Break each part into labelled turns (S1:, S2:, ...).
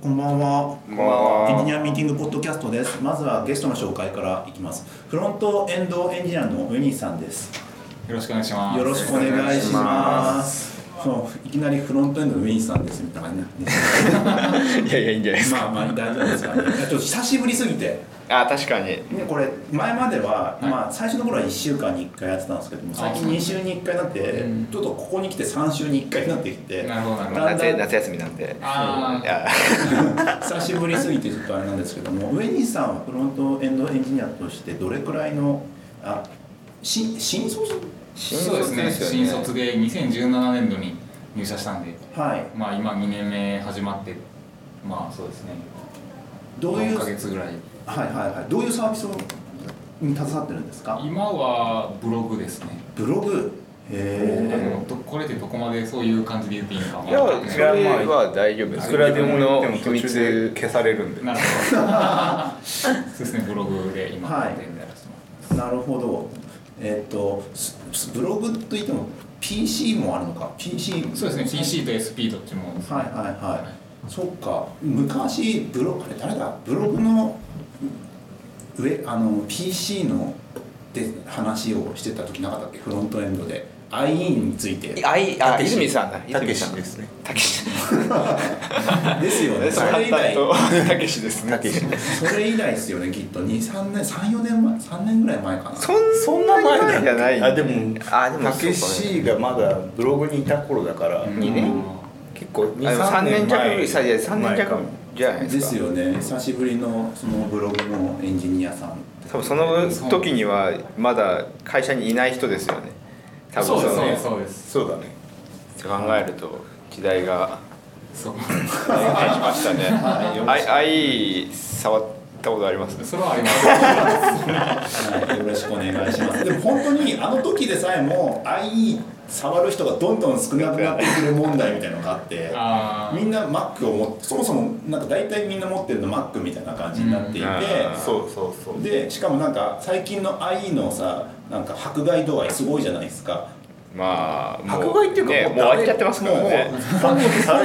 S1: こんばんは。
S2: こんばんは
S1: エンジニアミーティングポッドキャストです。まずはゲストの紹介からいきます。フロントエンドエンジニアのウェニーさんです。
S3: よろしくお願いします。
S1: よろしくお願いします。そういきなりフロントエンドのウェニーさんですみたいな 感じね。
S2: いやいやいいんじゃないですか
S1: まあまあ大丈夫ですかね。ちょっと久しぶりすぎて。
S2: あ確かに
S1: ね、これ前までは、
S3: はい
S1: まあ、最初の頃は1週間に1回やってたんですけども最近
S3: あー
S1: 2週に1回になって、
S3: うん
S1: ちょっとここに来て3週に1回になってきて
S3: なるほどなるほど
S1: だんだ
S2: 夏
S1: ん
S2: 夏休みなんで
S3: あ
S2: い
S3: あ、
S2: や
S1: 久しぶりすぎてちょっとあれなんですけども上西さんはフロントエンドエンジニアとしてどれくらいのあし新卒
S3: そうですね。新卒で2017年度に入社したんで、
S1: はい
S3: まあ今2年目始まって、まあそうですね。
S1: どういう
S3: 4ヶ
S1: はい
S3: 月ぐらい。
S1: はいはいどういうサービスをに携わってるんですか
S3: 今はブログですね。
S1: ブログへ
S3: あのどこれでどこまでそういう感じで言っていいのか。
S2: いやそれは大丈夫で
S3: い
S2: す
S4: いくらでも
S2: 自
S4: 言
S2: 分
S4: って
S2: の
S4: も
S2: 秘
S4: 途中で
S2: 密
S4: 消されるんで
S3: なるほど。 そうですね。ブログで今
S1: はい
S3: やってるみたいなしてます。
S1: えなるほどえっ、とすすブログといっても PC もあるのか PC
S3: そうですね。PC と SP どっちも。
S1: はいはいはい。そっか。昔ブログあれ誰だブログの上あの PC ので話をしてた時なかったっけフロントエンドで IE について
S2: あいあ
S4: たけし
S2: 泉さんだ
S4: た
S2: 泉
S4: け
S2: さ
S4: し
S2: ん
S4: ですね
S2: たけし
S1: ですよ ね。それ以来
S2: たけしですね
S1: それ以来ですよねきっと2、3年34年前3年ぐらい前かな。
S2: そん
S4: そんな前だっけ
S2: じゃない
S4: あでも
S2: あでも
S4: たけ
S2: そう
S4: しがまだブログにいた頃だから
S3: うん
S2: 二年
S4: 結構
S2: かねあでも3
S4: 23
S2: 年弱ぐ
S4: 年前
S2: らいさいや三年
S4: 前か
S2: 弱
S4: も
S2: じゃないです
S1: で
S2: か
S1: すよね。久しぶりのそのブログのエンジニアさん。
S2: 多分その時にはまだ会社にいない人ですよね多分
S3: そうです
S2: の
S3: ね。そうです。
S4: そうだね
S2: って考えると時代が
S3: そう。
S2: 変化しましたねあい触ったことあります
S3: それはあります。
S1: はい、よろしくお願いします。でも本当にあの時でさえも IE 触る人がどんどん少なくなってくる問題みたいなのがあって。
S3: ああ。
S1: みんな Mac を持ってそもそもなんか大体みんな持ってるの Mac みたいな感じになっていて、
S2: うんあ
S4: そうそうそう
S1: でしかもなんか最近の IE のさなんか迫害度合いすごいじゃないですか
S2: まあも
S4: 迫害っていうか
S2: ね
S4: もう
S2: もう終わっちゃってますからね
S1: もう本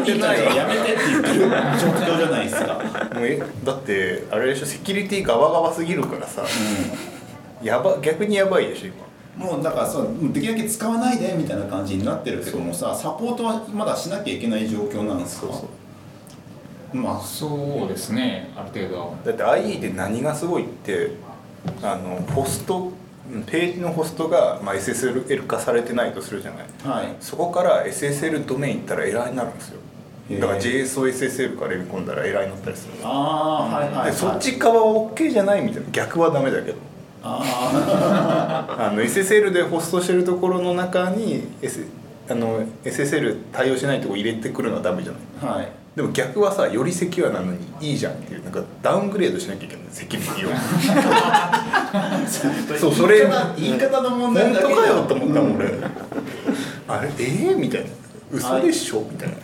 S1: 人たちがやめてって言ってる状況じゃないですか、
S4: もうえだってあれでしょセキュリティガバガバすぎるからさやば逆にやばいでしょ今
S1: もうだからそうできるだけ使わないでみたいな感じになってるけどもさサポートはまだしなきゃいけない状況なんですかまあ
S3: そうですね、ある程度は。
S4: だって IE で何がすごいってあのホストページのホストが、まあ、SSL 化されてないとするじゃない
S1: はい
S4: そこから SSL ドメイン行ったらエラーになるんですよ
S1: へー
S4: だから JS を SSL から入れ込んだらエラーになったりする
S1: ああはいはい、はい、
S4: でそっち側は OK じゃないみたいな逆はダメだけど
S1: あ
S4: あの SSL でホストしてるところの中に、S、あの SSL 対応しないとこ入れてくるのはダメじゃない
S1: あはい
S4: でも逆はさよりセキュアなのにいいじゃんっていうなんかダウングレードしなきゃいけないセキュリテ ィをそうそれ
S1: 言い方言い方の問題
S4: 本
S1: だ
S4: 当
S1: け
S4: かよと思ったもん
S1: うん
S4: 俺、あれえー、みたいな嘘でしょみたいな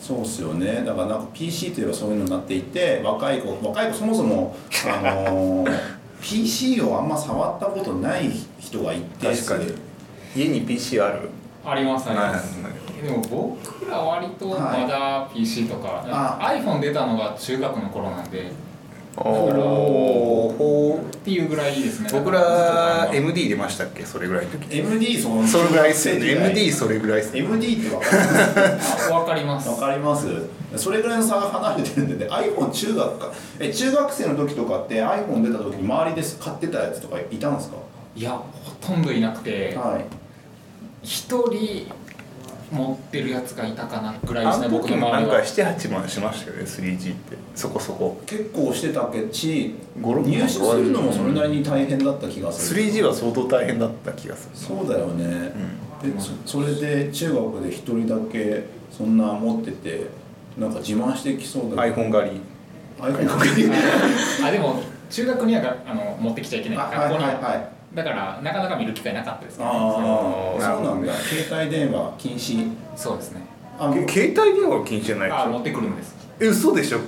S1: そうっすよねだからなんか PC といえばそういうのになっていて若い子若い子そもそもあの ー PC をあんま触ったことない人が一定数
S4: 確かに家に PC ある
S3: あります、あります
S4: はい。
S3: でも僕ら割と
S1: はい
S3: まだ PC とか、
S1: あ
S3: iPhone 出たのが中学の頃なんで、
S2: お
S4: ほ
S3: っていうぐらいですね。
S4: 僕ら MD 出ましたっけそれぐらいの時
S1: MD その
S4: それぐらいっすよね MD
S1: そ
S4: それぐらいっすよね
S1: MD ってわかります
S3: あわかります。
S1: わかります それぐらいの差が離れてるんでね iPhone 中学かえ中学生の時とかって iPhone 出た時に周りで買ってたやつとかいたんですか
S3: いや、ほとんどいなくて、
S1: はい
S3: 一人持ってるやつがいたかなぐらいで
S4: あ
S3: すね、
S4: の
S3: 僕
S4: 時
S3: の
S4: もな
S3: 周
S4: ん
S3: り
S4: か
S3: は。
S4: 78万しましたよね 3G ってそこそこ
S1: 結構してたけし
S4: 五六
S1: 入手するのもそれなりに大変だった気がする
S4: 3G は相当大変だった気がする
S1: そうだよね、
S3: うん
S1: でそそれで中学で一人だけそんな持っててなんか自慢してきそうだ
S4: iPhone 狩り
S1: iPhone かけて
S3: あ、でも中学にはがあの持ってきちゃいけない。
S1: あはいはいは
S3: だから、なかなか見る機会なかったです
S1: い
S3: ね。そ
S1: ああそうなんだ携帯電話禁止
S3: うですね。
S1: あもう
S4: え携帯電話は禁止じゃないでし
S3: あ、持っ
S4: ょ
S3: てくるんです。
S4: え嘘でしょ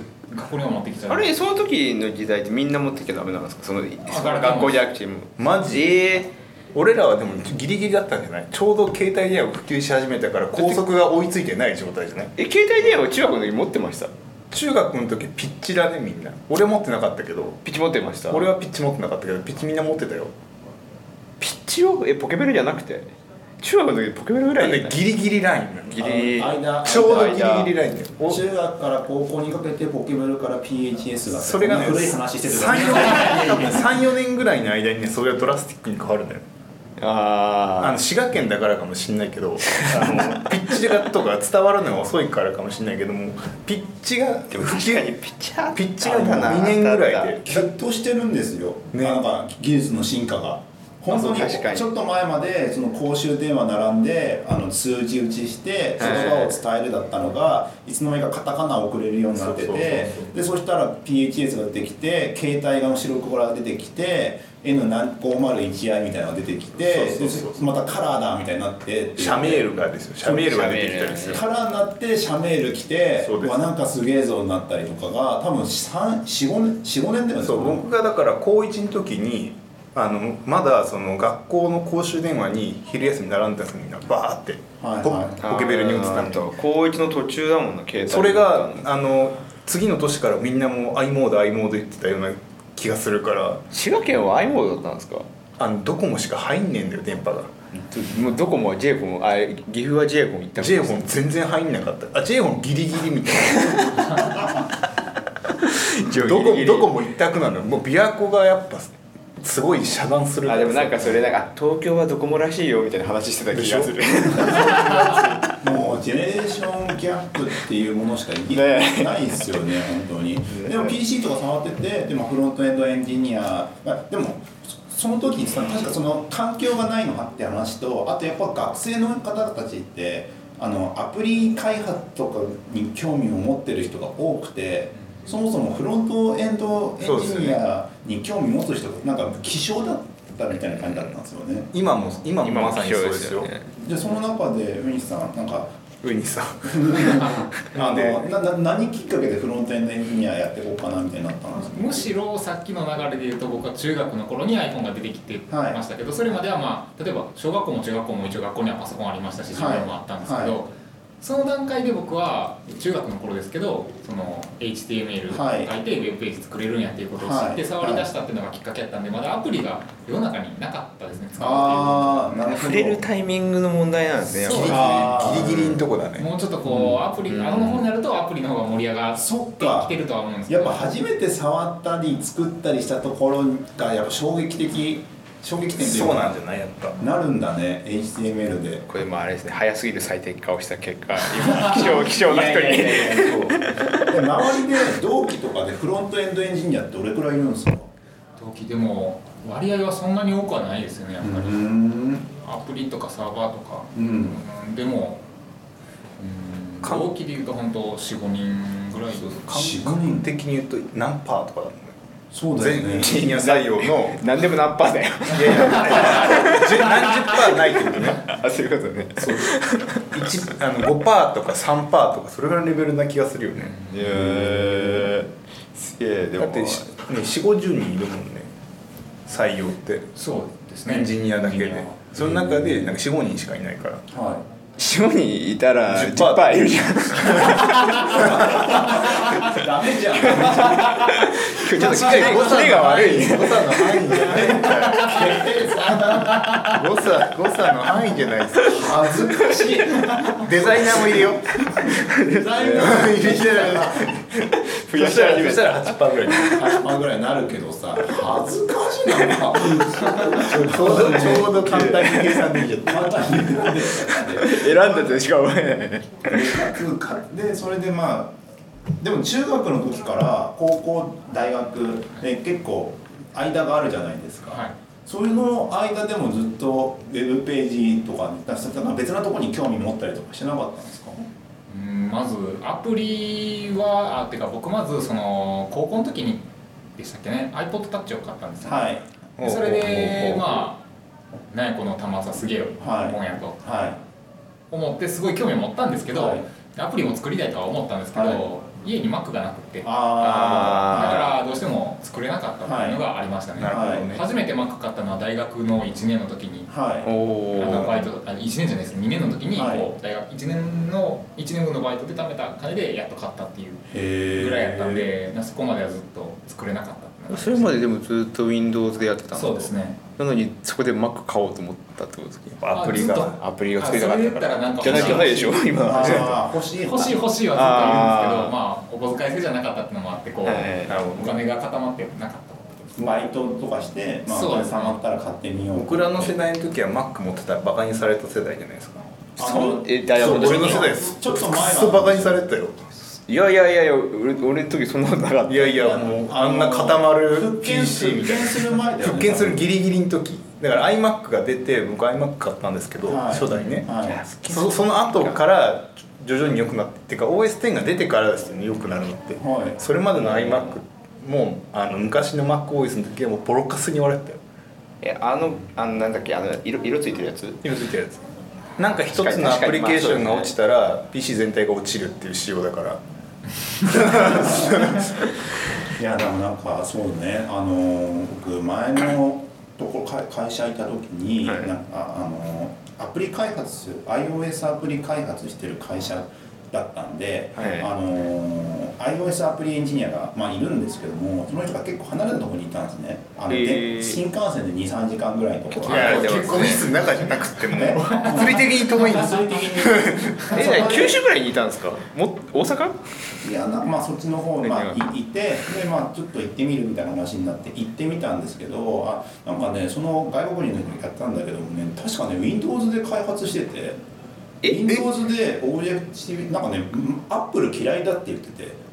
S3: これを持ってきちゃう。
S2: あれその時の時代ってみんな持ってきちゃダメなんですかそのその学校じゃなくても
S4: マジ
S2: え
S4: 俺らはでもギリギリだったんじゃないちょうど携帯電話が普及し始めたから高速が追いついてない状態じゃない
S2: ーえ携帯電話を中学の時持ってました
S4: 中学の時ピッチだねみんな俺持ってなかったけど
S2: ピッチ持ってました
S4: 俺はピッチ持ってなかったけどピッチみんな持ってたよ
S2: ピッチをえポケベルじゃなくて中学の時ポケベルぐらい
S4: なんでギリギリラインなの
S2: ギリ
S1: あの間
S4: ちょうどギリギリラインだよお
S1: 中学から高校にかけてポケベルから PHS が
S4: それがね
S1: こんな古い話してる
S4: 34年34年ぐらいの間にねそれはドラスティックに変わるんだよあ
S2: あ
S4: の滋賀県だからかもしれないけどあのピッチがとか伝わるのが遅いからかもしれないけどもピッチが
S2: あでも確かにピッチャー
S4: ピッチがもう2年ぐらいで
S1: きっとしてるんですよ、
S4: ね
S1: なんか技術の進化が本当に
S2: 確かに
S1: ちょっと前までその公衆電話並んであの通知打ちして言葉を伝えるだったのがいつの間にかカタカナを送れるようになって
S4: そうそう
S1: てでそしたら PHS が出てきて携帯が後ろから出てきて N501i みたいなのが出てきて
S4: そうそうそう
S1: でまたカラーだみたいになってっていう
S4: シャメールがですよシャメールが出てきたりする
S1: カラーになって社メール来て
S4: そうです
S1: わなんかすげえぞになったりとかが多分3 45年45年だよね
S4: そう僕がだから高1の時にあのまだその学校の公衆電話に昼休み並んでたんですよみんなバーって
S1: はい
S4: ポ
S1: はい
S4: ポケベルに打つために
S2: と高一の途中だもんな携帯
S4: それがあの次の年からみんなもう i モード i モード言ってたような気がするから
S2: 滋賀県は i モードだったんですか
S4: あのドコモしか入んねえんだよ電波が
S2: もうどこも J コンあ岐阜は J コン行った
S4: j ホン全然入んなかったあ j ホンギリギリみたい などこどこも一択なのよもう琵琶湖がやっぱすごい遮断するら
S2: あでもなんかそれなんかあ東京はドコモらしいよみたいな話してた気がする
S4: でし
S1: もうジェネレーションギャップっていうものしかい
S2: ねえ
S1: ないですよね本当にでも PC とか触っててでもフロントエンドエンジニア、まあ、でもそその時にさ確かその環境がないのかって話とあとやっぱ学生の方たちってあのアプリ開発とかに興味を持ってる人が多くてそもそもフロントエンドエンジニアに興味持つ人がなんか希少だったみたいな感じだったんですよね
S4: 今も今も
S2: 今も
S4: まさに
S2: 貴
S4: そう
S2: 重
S4: で
S2: ですす
S4: よ
S2: よね
S1: でその中でウィンさんなんか
S4: ウニさん
S1: あの
S4: で
S1: なな何きっかけでフロントエンドエンジニアやっていこうかなみたいになったんですか
S3: むしろさっきの流れで言うと僕は中学の頃に iPhone が出てきて
S1: はい
S3: ましたけど、それまではまあ例えば小学校も中学校も一応学校にはパソコンありましたし授業もあったんですけど、
S1: はいは
S3: その段階で僕は中学の頃ですけどその HTML
S1: はい
S3: 書いてウェブページ作れるんやっていうことを知
S1: は
S3: っ
S1: い
S3: て触り出したっていうのがきっかけだったんでまだアプリが世の中になかったですね使うっ
S1: ああなるほど
S2: 触れるタイミングの問題なんですねやっ
S3: そう
S2: ぱ
S1: あー
S4: ギリギリのとこだ
S3: ていう
S4: ね
S3: もうちょっとこうアプリ、
S2: うん
S3: あの方になるとアプリの方が盛り上がって
S1: そっ
S3: き
S1: か
S3: てるとは思うんですけ
S1: やっ
S3: ど
S1: ぱ初めて触ったり作ったりしたところがやっぱ衝撃的衝撃点という
S4: そうなん
S1: か
S4: じゃないやっぱ
S1: なるんだね HTML で
S2: これもあれですね早すぎる最適化をした結果今希少希少な人
S1: いやいやい
S2: に
S1: やいやそうで周りで同期とかでフロントエンドエンジニアってどれくらいいるんですか
S3: 同期でも割合はそんなに多くはないですよねやっ
S1: う
S3: ぱり。
S1: ん
S3: アプリとかサーバーとか、
S1: うん
S3: うんでも、うん、
S4: か
S3: 同期でいうと本当45人ぐらいです
S1: 四五
S4: 感
S1: 人
S4: 覚的に言うと何パーとかだもんね
S1: そうだよ
S4: 全
S1: ね
S4: シニア採 用の
S2: 何でも何パーだよ
S4: いやいや十何十パーないってことね
S2: あそういうことね
S4: 一あの5パーとか3パーとかそれぐらいのレベルな気がするよね
S2: いやーすげえで
S4: だ
S2: も
S4: ってしね4 5 0人いるもんね採用って
S3: そうですね
S4: エンジニアだけ
S3: エンジニ
S4: でその中でなんか45人しかいないから
S1: は
S2: 塩にいたら
S4: 10%
S2: 10%いるじゃん
S1: い
S2: 今
S1: ダメじゃん
S2: 日 ちょっと機械誤差が悪いね
S4: 誤差の範囲じゃない誤差誤差の範囲じゃないです
S1: 恥ずかしい
S4: デザイナーもいる よ
S1: デザイン
S4: 入れてない
S2: 増やし始めた
S4: ら8パーぐらい
S1: 頭ぐらいになるけどさ恥ずかしいなか
S4: ちょうどちょうど簡単に計算できちゃった
S1: また言うんで
S2: 選んだとしか思えない
S1: でそれでまあでも中学の時から高校大学で結構間があるじゃないですか、
S3: アはい
S1: それの間でもずっとウェブページとかにだから別なところに興味持ったりとかしてなかったんですか
S3: うんまずアプリはあてか僕まずその高校の時にでしたっけね iPodTouch を買ったんですよ、
S1: はい
S3: でそれでまあ何やこの端末はすげえよ、
S1: はい
S3: もんやと
S1: は
S3: 思ってすごい興味を持ったんですけど、
S1: はい
S3: アプリも作りたいとは思ったんですけど、
S1: は
S3: 家に Mac がなくてだか
S1: あ
S2: あー
S3: らどうしても作れなかったっていうのがありましたね、
S4: なるほどね、
S3: 初めて Mac 買ったのは大学の1年の時に
S1: あは
S3: あ
S2: お
S3: の
S2: お
S3: バイトあの1年じゃないです2年の時に
S1: はい
S3: こう大学1年の1年分のバイトで貯めた金でやっと買ったっていう
S1: いへえ
S3: ぐらいやったんでそこまではずっと作れなかったっていうのが
S2: それまででもずっと Windows でやってたの
S3: そうですね
S2: なのにそこで Mac 買おうと思ったってことですか
S4: アプリ
S3: あずっ
S4: が
S3: と
S2: アプリを作りたかったか
S3: あ
S2: らじ
S3: それ
S2: ゃ
S3: だ
S2: ない
S3: ったらなん
S2: じ
S3: か
S2: ゃないでしょ今
S1: あ
S2: はい
S1: あ欲しい
S3: 欲しい欲しいはずっと言うんですけどまあお小遣い制じゃなかったっていうのもあってこう、
S2: はい
S4: なるほ
S3: お金が固まってなかったってことです
S1: バイトとかしてまあ
S3: そう
S1: お金
S3: です
S1: 貯まったら買ってみよう
S4: 僕らの世代の時は Mac 持ってたらバカにされた世代じゃないですか
S1: あ
S2: そうえ大
S4: そう
S2: 学の時
S4: 俺の
S2: に
S4: 世代です
S1: ちょっと前
S4: ク
S1: だ
S4: ソバカにされてたよ
S2: いやいやいやいや俺俺の時そんなことなかった
S4: いやいやもうあんな固まる
S1: 復権す
S4: PC
S1: る
S4: みたいな
S1: 復権する前だよね
S4: 復権するギリギリの時だから iMac が出て僕 iMac 買ったんですけど、
S1: はい
S4: 初代ね、
S1: はい
S4: そその後から徐々に良くなってっていうか OS10 が出てからですよね良くなるのって、
S1: はい
S4: それまでの iMac もあの昔の MacOS の時はもうボロカスに笑ったよ
S2: えあのあのなんだっけあの色色ついてるやつ
S4: 色ついてるやつなんか一つのアプリケーションが落ちたら PC 全体が落ちるっていう仕様だから
S1: いやでもなんかそうねあの僕前のとこ会会社いた時に、
S2: はい
S1: なんかあのアプリ開発する iOS アプリ開発してる会社だったんで、
S2: はい
S1: あの iOS アプリエンジニアが、まあ、いるんですけどもその人が結構離れたところにいたんですねあの、で
S2: へー
S1: 新幹線で23時間ぐらいのとこ
S2: いやでも
S4: 結婚室の中じゃなくても
S1: ね
S4: 物理的に遠いんです
S1: 物理的に
S2: え
S1: そこで
S2: 何九州ぐらいにいたんですかも大阪
S1: いやなまあそっちの方
S2: ね
S1: まあいいてでまあちょっと行ってみるみたいな話になって行ってみたんですけどあなんかねその外国人の人にやったんだけどもね確かね Windows で開発してて
S2: え
S1: Windows でオブジェクティブなんかねアップル嫌いだって言ってて。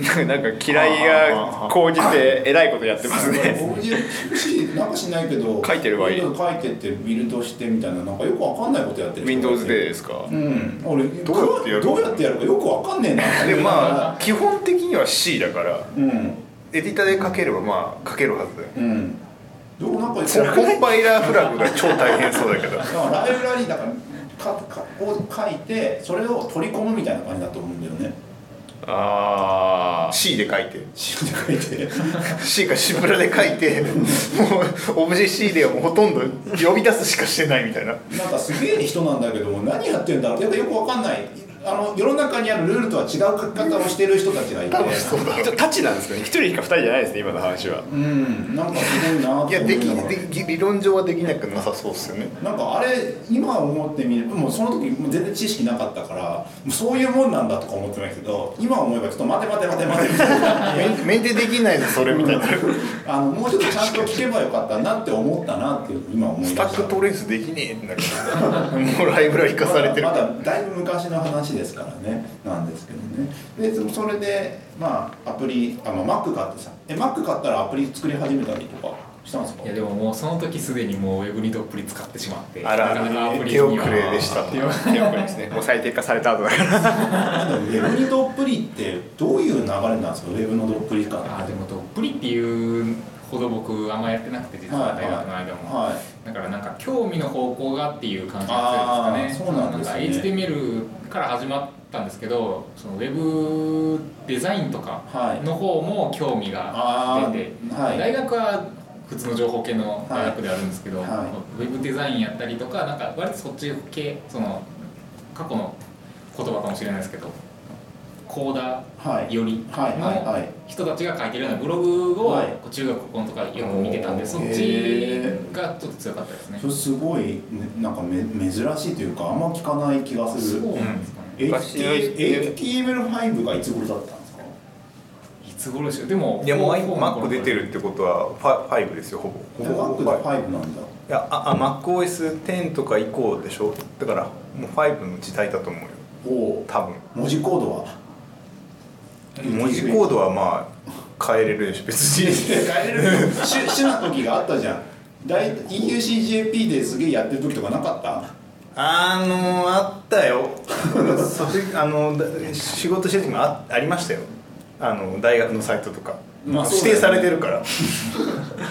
S2: なんか嫌いが高じてえらいことやってますね
S1: オブジェクティブ C なんかしないけど
S2: 書いてればいい
S1: Windows 書いてってビルドしてみたいななんかよくわかんないことやってる人がいて
S2: Windows でですか
S1: うん俺
S4: どうやってやる
S1: どうやってやるかよくわかんねえな
S4: でもま
S1: あ
S4: あ基本的には C だから
S1: うん
S4: エディターで書ければまあ書けるはずだよ
S1: うんどうなんか
S4: コンパイラーフラグが超大変そうだけ ど
S1: だからライブラリーだからかかを書いてそれを取り込むみたいな感じだと思うんだよね。
S2: あ
S4: C で書いて
S1: シールで書いて
S4: C かシプラで書いてもうオブジェ C ではもうほとんど呼び出すしかしてないみたいな
S1: なんかすげえ人なんだけども何やってんだろうやっぱよくわかんないあの世の中にあるルールとは違う書き方をしてる人たちがいて
S2: あタッチなんですね一人か二人じゃないですね今の話は
S1: うんなんかすごいなと思
S4: いやでき
S1: ながら
S4: でき理論上はできなくなさそう っすよね
S1: なんかあれ今思ってみるともうその時もう全然知識なかったからもうそういうもんなんだとか思ってないけど今思えばちょっと待て待て待て待てみたいな。
S4: メンメンテできないぞそれみたいな
S1: あのもうちょっとちゃんと聞けばよかったなって思ったなっていう今思いま
S4: ス
S1: し
S4: タ
S1: た
S4: ックトレースできねえんだけどもうライブラリ化されてる
S1: まだまだだいぶ昔の話ですからねなんですけどねでそそれでまあアプリあ、まあ、Mac 買ってさえ Mac 買ったらアプリ作り始めたりとかしたんですか
S3: いやでももうその時すでにもうウェブにどっぷり使ってしまって
S4: あら
S3: なかなかアプリに
S4: 手
S3: は
S4: 遅れでした
S3: 手遅れ
S2: 手遅れですねもう最低化された後だから
S1: なんだウェブにどっぷりってどういう流れなんですかウェブのどっぷり感
S3: あーで
S1: も
S3: もどっぷりっていうほど僕あんまやってなくて実は大学の間も、
S1: はい
S3: だからなんか興味の方向がっていう感じ
S1: あ
S3: が強い
S1: ー
S3: ですかね
S1: そうなんですね
S3: か HTML から始まったんですけどそのウェブデザインとか
S1: はい
S3: の方も興味が出て、
S1: あーはい
S3: 大学は普通の情報系の大学であるんですけど、
S1: はいは
S3: ウェブデザインやったりとかなんか割とそっち系その過去の言葉かもしれないですけどコーダ
S1: はい
S3: ーより
S1: はいはい
S3: の
S1: はい
S3: 人たちが書いてるようなブログを
S1: はい
S3: こう中学高校のとかよく見てたんで、
S1: おー
S3: そっち
S1: へ
S3: がちょっと強かったですね
S1: そ。れすごい、ね、なんかめ珍しいというかあんま聞かない気がす
S3: そう
S1: る
S3: なんですかね。
S2: 昔の
S1: HT- HTML5 がいつ頃だったんですか
S3: いつ頃でしょう。でも
S4: いやも
S3: フ
S4: う
S3: ォーフォーの頃
S4: Mac 出てるってことはファ5ですよほぼ
S1: マックで5なんだ
S4: いやああ MacOS10 とか以降でしょだからもう5の時代だと思うよ
S1: おお
S4: 多分
S1: 文字コードは
S4: 文字コードはまあ変えれるでしょ別に
S1: 変えれる主主な時があったじゃん大 EUCJP ですげえやってる時とかなかった
S4: あのあったよそれあのだ仕事してる時もあありましたよあの大学のサイトとか、
S1: まあそう
S4: 指
S1: だよね
S4: 定されてるから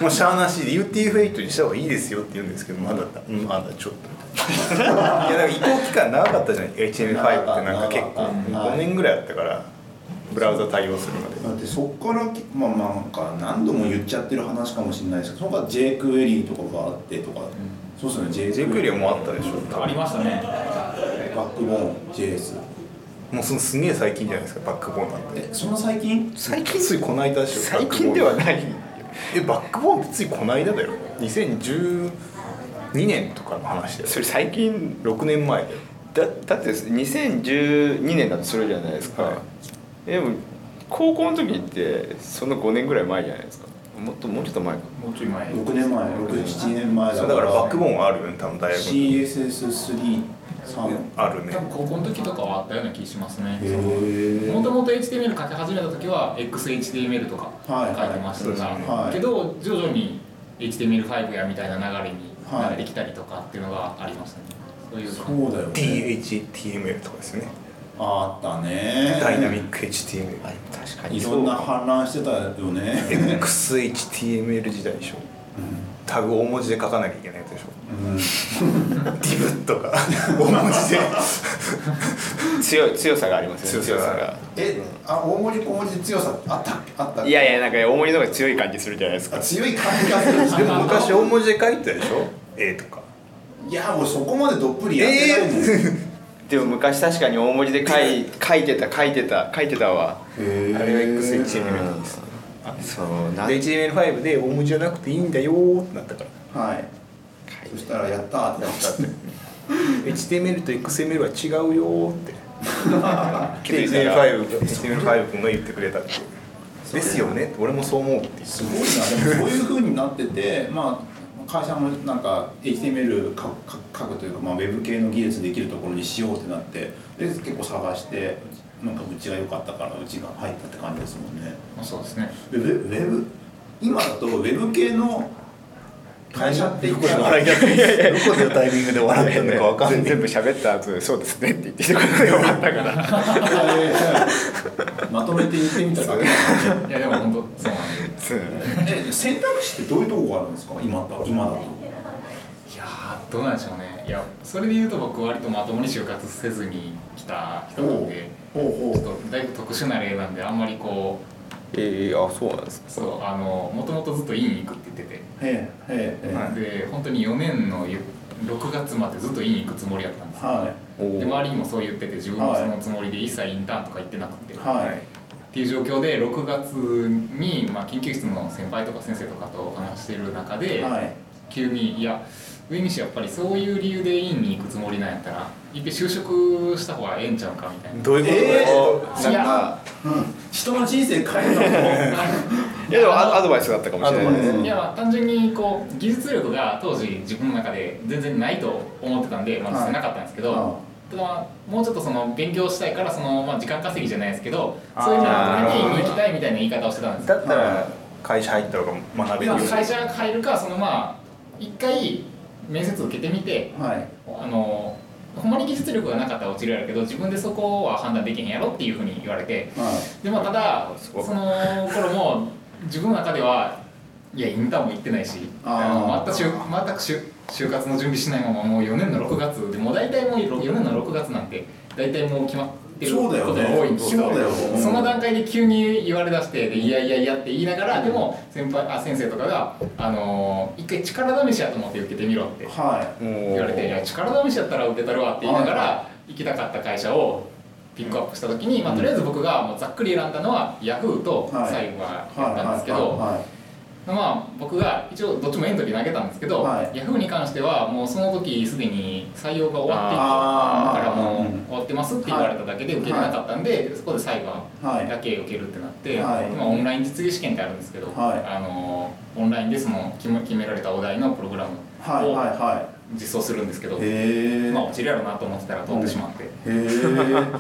S4: もうしゃあなしで UTF8 にした方がいいですよって言うんですけどまだだうんまだちょっ といやだから移行期間長かったじゃない HTML5 ってなんか結構
S1: 長かった
S4: 5年ぐらいあったからブラウザ対応するので
S1: だってそこからきまあなんか何度も言っちゃってる話かもしれないですけどそこから J クエリーとかがあってとか、そうですよね J
S4: ジェクエリはもうあったでしょ
S3: ありましたね
S1: バックボーン JS
S4: もうそのすげえ最近じゃないですかバックボーンなんて
S1: えその最近
S2: 最
S4: つ
S2: 近
S4: いこの間でしょ
S2: 最近では
S4: バックボーン
S2: ない
S4: えバックボーンってついこの間だよ2012年とかの話だよ
S2: それ最近
S4: 6年前だよ
S2: だだって2012年だとするじゃないですか、
S4: はい
S2: でも高校の時ってその5年ぐらい前じゃないですかもっともうちょっと前か
S3: もうちょい前
S1: 6年前67年前だ
S4: そ
S1: か
S4: う
S1: ら
S4: だからバックボーンはあるよね多分大学
S1: CSS33
S4: あるね
S3: 多分高校の時とかはあったような気しますね
S1: へ
S3: もともと HTML 書き始めた時は XHTML とか
S1: はいはい
S3: 書いてましたが、
S1: はい
S3: けど徐々に HTML5 やみたいな流れになってきたりとかっていうのがありましたね、
S1: そ
S3: そういう
S1: うだよね
S4: DHTML とかですよね
S1: あったね
S4: ダイナミック HTML
S2: 確か
S1: いろんな氾濫してたよね
S4: XHTML 時代でしょタグ大文字で書かなきゃいけないやつでしょ
S1: うん、うん
S4: ディブとか大文字で
S2: 強い強さがありますよね
S4: 強
S2: 強
S4: さ
S2: さ
S4: が
S2: が
S1: えあ大盛り小盛りで強さあったあった
S2: いやいやなんか大盛りの方が強い感じするじゃないです
S1: あ
S2: か
S1: 強い感じがする
S4: でも昔大文字で書いてたでしょ A とか
S1: いや俺そこまでどっぷりやってないもん、
S2: でも昔確かに大文字で書い書いてた書いてた書いてたわ
S1: へ
S4: あれが XHTML なんです
S2: あそうなんで
S4: HTML5 で大文字じゃなくていいんだよーってなったから
S1: はいそしたらやったーってなったって
S4: HTML と XML は違うよー って
S2: 気づいた
S4: HTML5 が
S2: ら
S4: HTML5 君が言ってくれたっていうですよね俺もそう思うっていう
S1: すごいなでもそういう風になっててまあ会社もなんか HTML 書く書くというか、まあ、ウェブ系の技術できるところにしようってなってで結構探してなんかうちが良かったからうちが入ったって感じですもんね
S3: まあそうですね
S1: でウェウェブ今だとウェブ系の会社ってい
S4: ど
S1: っ
S4: こで
S1: たら
S4: 笑いだったんですどこでのタイミングで笑ったのかわかんない
S2: 全部喋った後そうですねって言ってたことで終わったから
S1: いやいやいやまとめて言ってみただけなんで
S3: いやでも本当そうなんです
S1: え選択肢ってどういうとこがあるんですか今だ今だと
S3: いやーどうなんでしょうねいやそれで言うと僕割とまともに就活せずに来た人なんで
S1: ほう
S3: ち
S1: ほ
S3: ょっとだいぶ特殊な例なんであんまりこう
S2: ええあそうなんです
S3: そうあのもともとずっと院に行くって言ってて
S1: うへえへえへえ
S4: は
S3: で本当に4年のゆ6月までずっと院に行くつもりだったんですよ
S1: は
S3: で周りにもそう言ってて自分も
S1: はい
S3: そのつもりで一切インターンとか行ってなくて、
S1: いはい
S3: っていう状況で6月に、まあ、研究室の先輩とか先生とかとお話してる中で、
S1: はい
S3: 急にいや上西やっぱりそういう理由で院に行くつもりなんやったらいっぺん就職した方がええんちゃうかみたいな。
S4: どういうことだ
S3: えー
S4: よ、
S1: 人の人生変え
S2: いやでもアアドバイスがあったかもしれないです
S1: アドバイス
S3: いや単純にこう技術力が当時自分の中で全然ないと思ってたんで、まあ、
S1: はい
S3: 実際なかったんですけ
S1: た
S3: ど、
S1: のも
S3: ただまあもうちょっとその勉強したいからその、まあ、時間稼ぎじゃないですけどそういうのは院に行きたいみたいな言い方をしてたんですよ
S4: だったら会社入った方が学べる
S3: ま
S4: よ
S3: あ会社入るかそのまあ一回面接受けてみて
S1: はい
S3: あのほんまに技術力がなかったら落ちるやろうけど自分でそこは判断できへんやろっていうふうに言われて
S1: は
S3: でまあただその頃も自分の中ではいやインターンも行ってないし
S1: あー
S3: あの全く就全く就就活の準備しないままもう4年の6月でもう大体もう4年の6月なんて大体もう決まってる
S1: そう
S3: こ
S1: だ
S3: と
S1: よね
S3: が多いんですけど
S1: そうだよ
S3: その段階で急に言われだしてでいやいやいやって言いながらでも先輩あ先生とかが、あのー一回力試しやと思って受けてみろって
S1: いは
S2: もう
S3: 言われて「いや力試しやったら受けたるわ」って言いながら行きたかった会社をピックアップした時に、まあ、とりあえず僕がもうざっくり選んだのはヤフーと
S1: はい
S3: 最後はい
S1: は
S3: や
S1: い
S3: ったんですけど
S1: は
S3: まあ僕が一応どっちもエントリー投げたんですけど、
S1: はい
S3: ヤフーに関してはもうその時すでに採用が終わっていて
S1: あー
S3: だからも
S1: うん
S3: う終わってますって言われただけで受けれなかったんで、そこで裁判
S1: いはいはい
S3: だけ受けるってなって、
S1: はい
S3: 今オンライン実技試験ってあるんですけど、
S1: はい
S3: あのオンラインでその決め決められたお題のプログラム
S1: はい
S3: を
S1: は
S3: 実装するんですけど、
S1: いへえ
S3: まあ落ちるやろなと思ってたら通ってしまって、
S1: へえ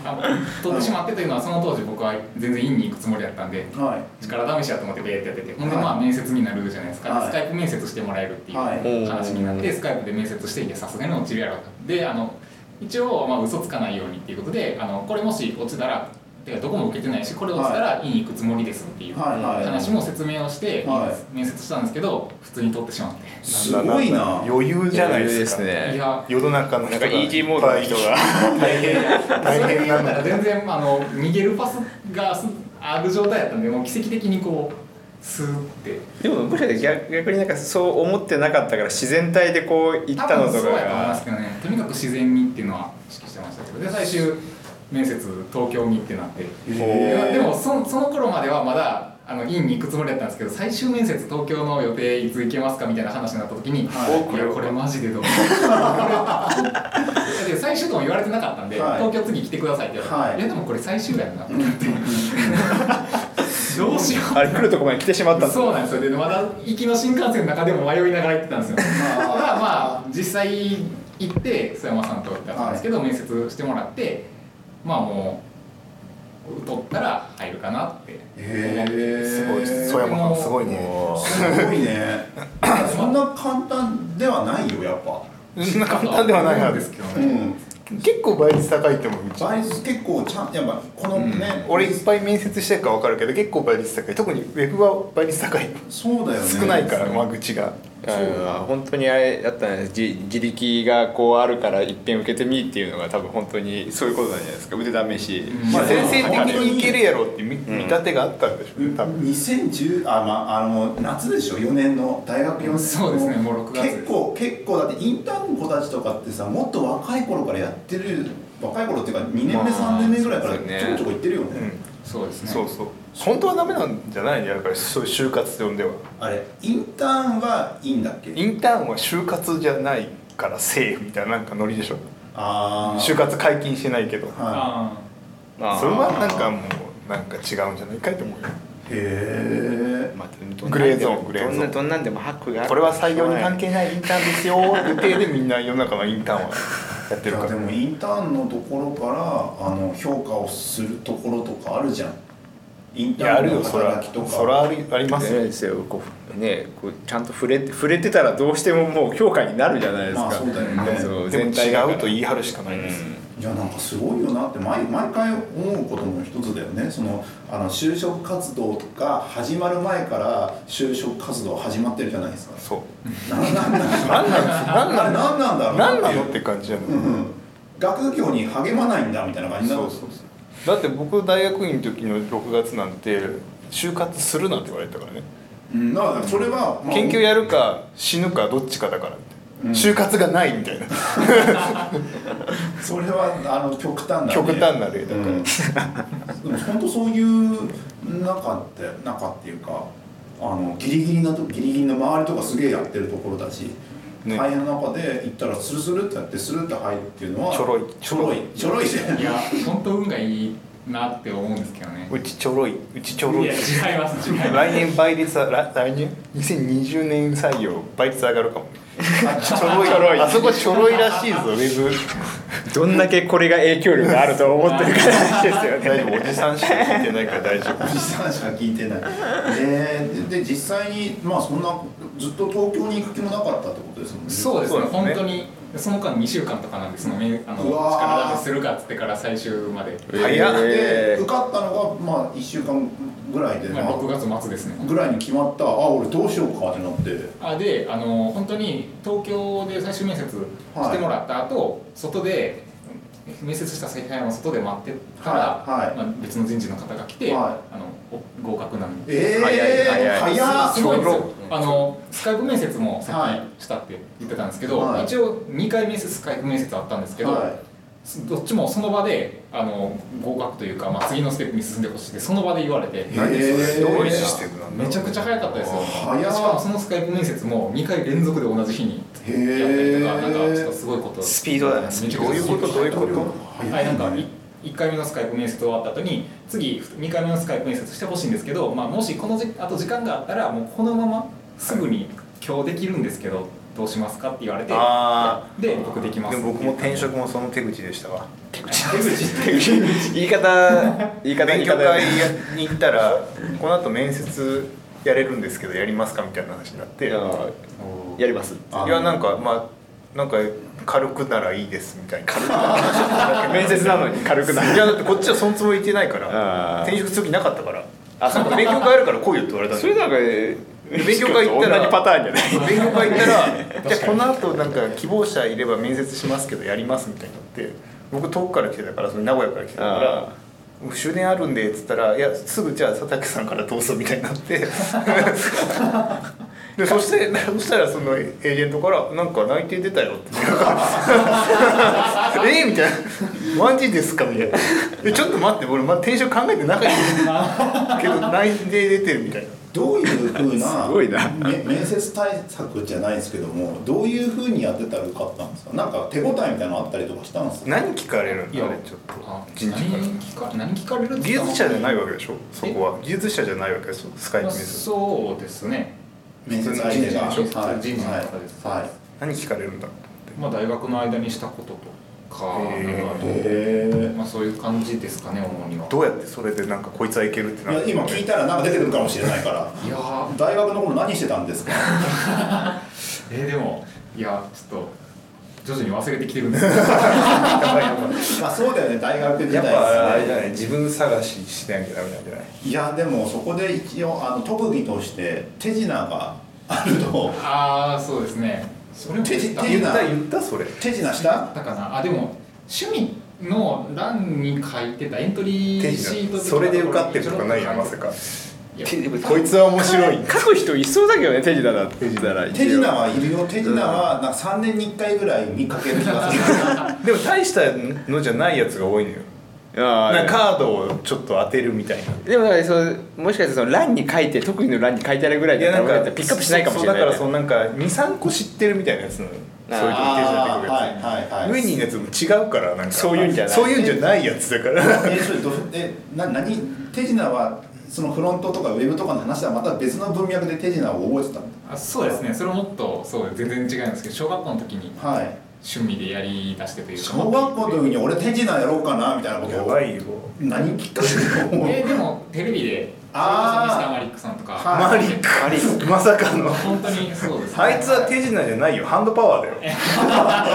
S3: あ通ってしまってというのはその当時僕は全然院に行くつもりだったんで
S1: は
S3: 力試しやと思ってベーってやっててほんで
S1: はい
S3: まあ面接になるじゃないですか、
S1: はい
S3: スカイプ面接してもらえるってい
S1: は
S3: う
S2: い
S3: 話になって、スカイプで面接していやさすがに落ちるやろであの一応まあ嘘つかないようにっていうことであのこれもし落ちたらてかどこも受けてないしこれ落ちたら院に行くつもりですってい
S1: いうはいはい
S3: 話も説明をして、
S1: は
S3: 面接したんですけど普通に取ってしまって。
S1: すごいな
S4: 余裕じゃないですか
S2: 余裕ですね
S3: いや
S4: 世の中の
S2: な
S4: 人
S2: んかイージーモードの人が
S3: 大変
S4: 大変なの
S3: 全然あの逃げるパスがすある状態やったんでもう奇跡的にこうスーって
S2: でも僕ら逆逆になんかそう思ってなかったから自然体でこう行ったのと
S3: 多分
S2: か
S3: そうやと思います
S2: が
S3: けどねとにかく自然にっていうのは意識してましたけどで最終面接東京にってなっていや
S4: へー
S3: でもそその頃まではまだあの院に行くつもりだったんですけど最終面接東京の予定いつ行けますかみたいな話になった時に「
S2: はい
S3: いやこれマジで どう?」で最終とも言われてなかったんで「
S1: はい
S3: 東京次来てください」って言われ
S1: は
S3: て「
S1: い
S3: い、やでもこれ最終やんな」ってなって どうしよ
S2: あれ来るとこまで来てしまった
S3: う
S2: の
S3: そうなんですよでまだ行きの新幹線の中でも迷いながら行ってたんですよ
S1: ま
S3: まあまあ実際行って須山さんと行ったんですけど、面接してもらってまあもう取ったら入るかなって
S1: へえ
S4: すごい曽山さんすごいね
S1: すごい ねそんな簡単ではないよやっぱ
S4: そんな簡単ではないな
S3: 思うん
S4: で
S3: ですすけ
S4: け
S3: ど
S1: う
S3: ね、
S1: ん
S4: ど結構倍率高いと思ううち
S1: 倍率結構ちゃんやっぱこのね、
S4: 俺いっぱい面接してるから分かるけど結構倍率高い特にウェブは倍率高い
S1: そうだよね
S4: 少ないから間口が
S2: あー本当にあれだったんです自自力がこうあるから一遍受けてみっていうのが多分本当にそういうことなんじゃないですか腕試し、
S3: うん
S4: まあ
S1: いや
S4: 先生的にいけるやろって見見立てがあったんでしょうね多分
S1: 2010あまああの夏でしょ4年の大学4年の
S3: そうですねもう6月です
S1: 結構結構だってインターンの子たちとかってさもっと若い頃からやってる若い頃っていうか2年目
S2: まあ
S1: 3年目ぐらいから
S2: そうですね
S1: ちょこちょこ行ってるよね、
S4: うん
S3: そうですね
S4: そうそう本当はダメなんじゃないのやっぱりそういう就活って呼んでは
S1: あれインターンはいいんだっけ
S4: インターンは就活じゃないからセーフみたいななんかノリでしょ
S1: ああ
S4: 就活解禁してないけどそれ
S1: は
S3: あ
S2: まあ
S4: はなんかもうなんか違うんじゃないかと思うよ
S1: いへえ
S2: まあどんなんでも
S4: グレーゾーングレーゾー
S2: どん
S4: ン
S2: などんなんでもハックがある
S4: これは採用に関係ないインターンですよっていう体でみんな世の中のインターンはやって
S1: い
S4: るか
S1: や
S4: ら
S1: でもインターンのところからあの評価をするところとかあるじゃんイン
S4: い
S1: タ
S4: や
S1: ー
S4: あ
S1: ン
S4: る
S1: の
S4: よそれ
S1: 働
S4: は
S1: きとか
S4: それはありあります
S2: そ
S4: よ
S2: うですよこうねこうちゃんと触れて触れてたらどうしてももう評価になるじゃないですか、
S1: まあそうだよね
S2: そう
S4: でも
S2: 全体が
S4: 違うと言い張るしかないです、
S1: いやなんかすごいよなって毎毎回思うことの一つだよねそのあの就職活動が始まる前から就職活動始まってるじゃないですか
S4: そう
S1: 何なんだ
S4: 何なん
S1: あれ
S4: な
S1: 何
S4: の
S1: なんだろう
S4: 何なの
S1: っ
S4: ってて
S1: いう
S4: 感じなの、
S1: うんうん学業に励まないんだみたいな感じにな
S4: そ
S1: る
S4: うそうそうだって僕大学院の時の6月なんて就活するなって言われたからね
S1: うんだからそれは、まあ
S4: 研究やるか死ぬかどっちかだから
S1: うん
S4: みたいな、就活がないみたいな
S1: それはあの極端な、ね、
S4: 極端な例だから
S1: うん、でも本当そういう中って中っていうかあのギリギリなとギリギリの周りとかすげえやってるところだし、
S4: ね
S1: 大変な中で行ったらスルスルってやってスルって入るっていうのは
S4: ちょろい
S1: ちょろいちょろいじゃ
S3: あいや本当運がいいなって思うんですけどね
S4: うちちょろいうちちょろ
S3: い
S4: い
S3: や違います違います
S4: 来年倍率はら来年2020年採用倍率上がるかも
S1: ん
S4: ちょろいあそこちょろいらしいぞウ ェブ
S2: どんだけこれが影響力があると思って るかですよね
S4: 大丈夫おじさんしか聞いてないから大丈夫
S1: おじさんしか聞いて ないえー、でで実際にまあそんなずっと東京に行く気もなかったってことですもんね
S3: そうですね
S4: そうで
S3: 本
S4: すね
S3: 当にその間2週間とかなんでそのめあの
S1: うわー
S3: 力試しするかっつってから最終まで、
S4: 早っ
S1: で
S2: え
S1: 受かったのがまあ1週間ぐらいで、
S3: まあ、
S1: まあ
S3: 6月末ですね
S1: ぐらいに決まったあ俺どうしようかってなって
S3: あであの本当に東京で最終面接してもらった後、外で面接した先輩の外で待ってたら、
S1: はいはい
S3: まあ、別の人事の方が来て、
S1: は
S3: あのお合格なんで。
S1: えー、
S2: 早い早い
S1: 早っ
S3: すごいんです
S2: ちょ
S3: よあのスカイプ面接も
S1: は
S3: さ
S1: い
S3: っきしたって言ってたんですけど、
S1: はい
S3: 一応2回面接スカイプ面接あったんですけど、
S1: は
S3: どっちもその場であの合格というか、まあ、次のステップに進んでほしいってその場で言われて
S1: い、えー、
S4: どういうシステムなんだ
S3: めちゃくちゃ早かったですよ
S1: 早っ
S3: しかもそのスカイプ面接も2回連続で同じ日に
S1: へ
S3: やった
S1: ー
S3: りとか、なんかちょっとすごいこと
S2: スピードだなス
S3: めちゃ
S2: ど
S3: く
S2: う
S3: ち
S2: い
S3: ゃ
S2: うことどういうこと
S3: はいなんかい1回目のスカイプ面接終わった後に次2回目のスカイプ面接してほしいんですけど、まあ、もしこのじあと時間があったらもうこのまますぐに今日できるんですけどどうしますかって言われて
S4: あ
S3: で僕できます
S4: でも僕も転職もその手口でしたわ
S3: 手口手口って
S2: 言い方言い方言
S4: 勉
S2: い
S4: 強
S2: 方
S4: 会に行ったらこの後面接やれるんですけどやりますかみたいな話になって
S2: いややります
S1: あ
S4: いやなんかまあなんか軽くならいいですみたいな軽く
S2: 面接なのに軽くなる
S4: いやだってこっちはそのつもりいてないか
S2: あ
S4: ら
S2: ー
S4: 転職する気なかったからあそうか勉強会あるから来いよって言われたん
S2: そ
S4: で
S2: れなんか勉
S4: 勉強会行ったら
S2: 同じパターンじゃな い
S4: 勉強会行ったらじゃあこの後なんか希望者いれば面接しますけどやりますみたいになって僕遠くから来てたからその名古屋から来てたか
S2: あ
S4: ら終電あるんでっつったら「いやすぐじゃあ佐竹さんからどうぞ」みたいになっ てでそしてそしたらそのエージェントから「なんか内定出たよ」って言う から「えみたいな「マジですか?」みたいなえ「ちょっと待って俺まだ転職考えてな かったけど内定出てる」みたいな。
S1: どういうふうな
S2: すごいな
S1: め面接対策じゃないですけどもどういうふうにやってたらよかったんですかなんか手応えみたいなのあったりとかしたんですか
S4: 何聞かれるんだあれちょっ
S3: あ
S4: と
S3: 何
S4: 人事から
S3: 聞か何聞かれるん
S4: 技術者じゃないいわけでしょそこは技術者じゃないわけでしょスカイプ
S3: まあ
S4: ミス
S3: そうですね、
S1: 面接相手が
S3: 人事の
S1: はい
S3: 人事の方です
S1: はいはい
S4: 何聞かれるんだろ
S3: まあ、大学の間にしたこととか
S4: へ
S1: へ
S3: なんか
S1: え
S3: まあ、そういう感じですかね主には
S4: うどうやってそれでなんかこいつはいけるって
S1: い
S4: な
S1: や今聞いたらなんか出てくるかもしれないから
S3: いやー
S1: 大学の頃何してたんですか
S3: えーでもいやちょっと徐々に忘れてきてるん ですけど
S1: まあそうだよね大学時
S4: や
S1: 代
S4: っぱあ
S1: で
S4: れ
S1: す
S4: じゃ
S1: ね
S4: ない自分探ししなきゃダメなんじゃない
S1: いやでもそこで一応あの特技として手品があると
S3: ああそうですねそれも
S1: 手手
S3: だ
S1: 言うな
S4: 言ったそれ
S1: 手品した
S3: だかなあでも趣味の欄に書いてたエントリーシート的なところに
S4: それで受かってるとかないよまさか
S3: いや
S4: こいつは面白い
S2: 書く人いそうだけどね手品だって言ったら
S1: 手品はいるよ手品はなんか3年に1回ぐらい見かける気がする
S4: でも大したのじゃないやつが多いのよ
S2: あ
S4: なん
S2: ー
S4: かカードをちょっと当てるみたいな
S2: でもなんかそうもしかしてその欄に書いて特技の欄に書いてあるぐらいだったら俺だったらピックアップしないかもしれない
S4: そう
S2: ね
S4: だからそのなんか二三個知ってるみたいなやつなのよそういう
S1: あー
S4: 時手品出てくるやつ
S1: はいはいはい
S4: 上にいるやつも違うからなんか
S2: そういうんじゃない
S4: そういうんじゃないやつだから
S1: えそれどうえな何手品はそのフロントとかウェブとかの話ではまた別の文脈で手品を覚えてたの
S3: あそうですねそれもっとそう全然違うんですけど小学校の時に
S1: はい
S3: 趣味でやりだしてというか
S1: 小学校の時に俺手品やろうかなみたいなこと
S4: や
S1: を
S4: ばいよ
S1: 何きっかけで思う
S3: えーでもテレビで
S1: あー
S3: それこそミスターマリックさんとか
S1: はい
S4: マリックまさかの
S3: 本当にそうですね
S4: あいつは手品じゃないよハンドパワーだよ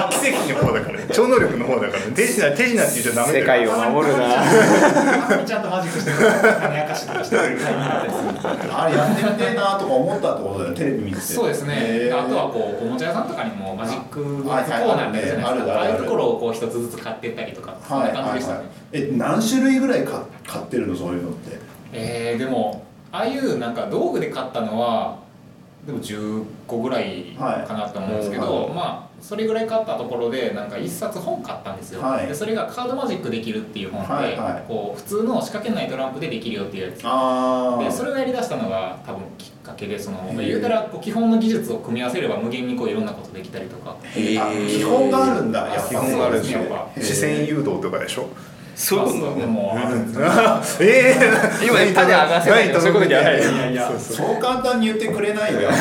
S4: 奇跡の方だから超能力の方だから手品手品って言っちゃダメだよ
S2: 世界を守るな
S3: あみちゃんとマジックしてる種明かしとかしてるタイミングだったりするんですよ
S1: あれやってみてえなとか思ったってことだよテレビ見てて
S3: そうですね、
S1: へー
S3: あとはこうおもちゃ屋さんとかにもマジックコーナーってあるじゃないですか
S1: あ
S3: あ
S1: るあるある
S3: あいうところをこう一つずつ買ってったりとかそん
S1: は
S3: ない
S1: はい
S3: 感じでしたね、
S1: はいえ何種類ぐらい買買ってるのそういうのって
S3: えーでもああいうなんか道具で買ったのはでも10個ぐらいかなと思うんですけど、
S1: はい
S3: まあそれぐらい買ったところでなんか1冊本買ったんですよ、
S1: はい
S3: でそれがカードマジックできるっていう本で、
S1: はいはい
S3: こう普通の仕掛けないトランプでできるよっていうやつ
S1: あ
S3: でそ
S1: れ
S3: れをやりだしたのが多分きっかけでその
S1: へー
S3: 言うたらこう基本の技術を組み合わせれば無限にこういろんなことできたりとか
S1: 基本があるんだやっぱ
S4: 基本があるでし
S3: そうですねや
S4: ょ
S3: っ
S1: ぱ
S4: 視線誘導とかでしょ
S2: そういうこと
S3: まあでもあるんですよ
S4: ええ
S2: 今種上がせないけどそういうことじゃない
S4: い
S2: い
S4: や
S3: やいや
S4: そうそう
S1: そう簡単に言ってくれないよ
S4: いや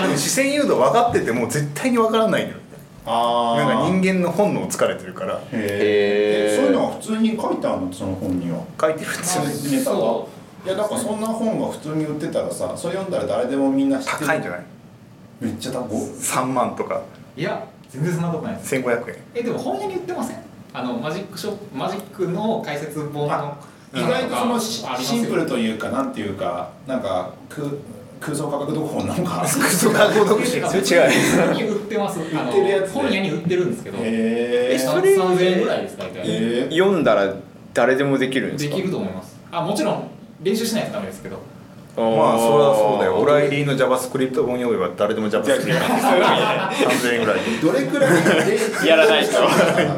S4: でも視線誘導分かってても絶対に分からないのよ
S1: あ
S4: なんか
S1: 間
S4: 人間の本能疲れてるから
S1: へ
S2: へ
S1: え
S2: ー
S1: そういうのは普通に書いてあるのその本には
S4: 書いてるんですよね
S1: ネタはいやなんかそんな本が普通に売ってたらさそれ読んだら誰でもみんな知ってる
S4: 高いんじゃない
S1: めっちゃ高い
S4: 3万とか
S3: いや全然そんなことないです
S4: 1500円
S3: えでも本屋に売ってませんあのマジックショップマジックの解説本の
S1: あ意外とそのシ
S3: ありますよ
S1: シンプルというかなんていうかなんか空空想価格読本なんか
S4: クソ学校読書
S3: それ違うに売ってますあの
S1: 売ってるやつね
S3: 本屋に売ってるんですけど
S1: へえ
S2: そ
S3: 3
S2: れ
S3: 3000円ぐらいです大体、
S1: え
S2: 読んだら誰でもできるんです
S3: で
S2: か
S3: きると思いますあもちろん練習しないとダメですけど
S2: ま
S4: まあそれはそうだよオライリーの JavaScript 本用意は誰でも JavaScript 3000円ぐらい
S1: どれくらいで
S2: やらないと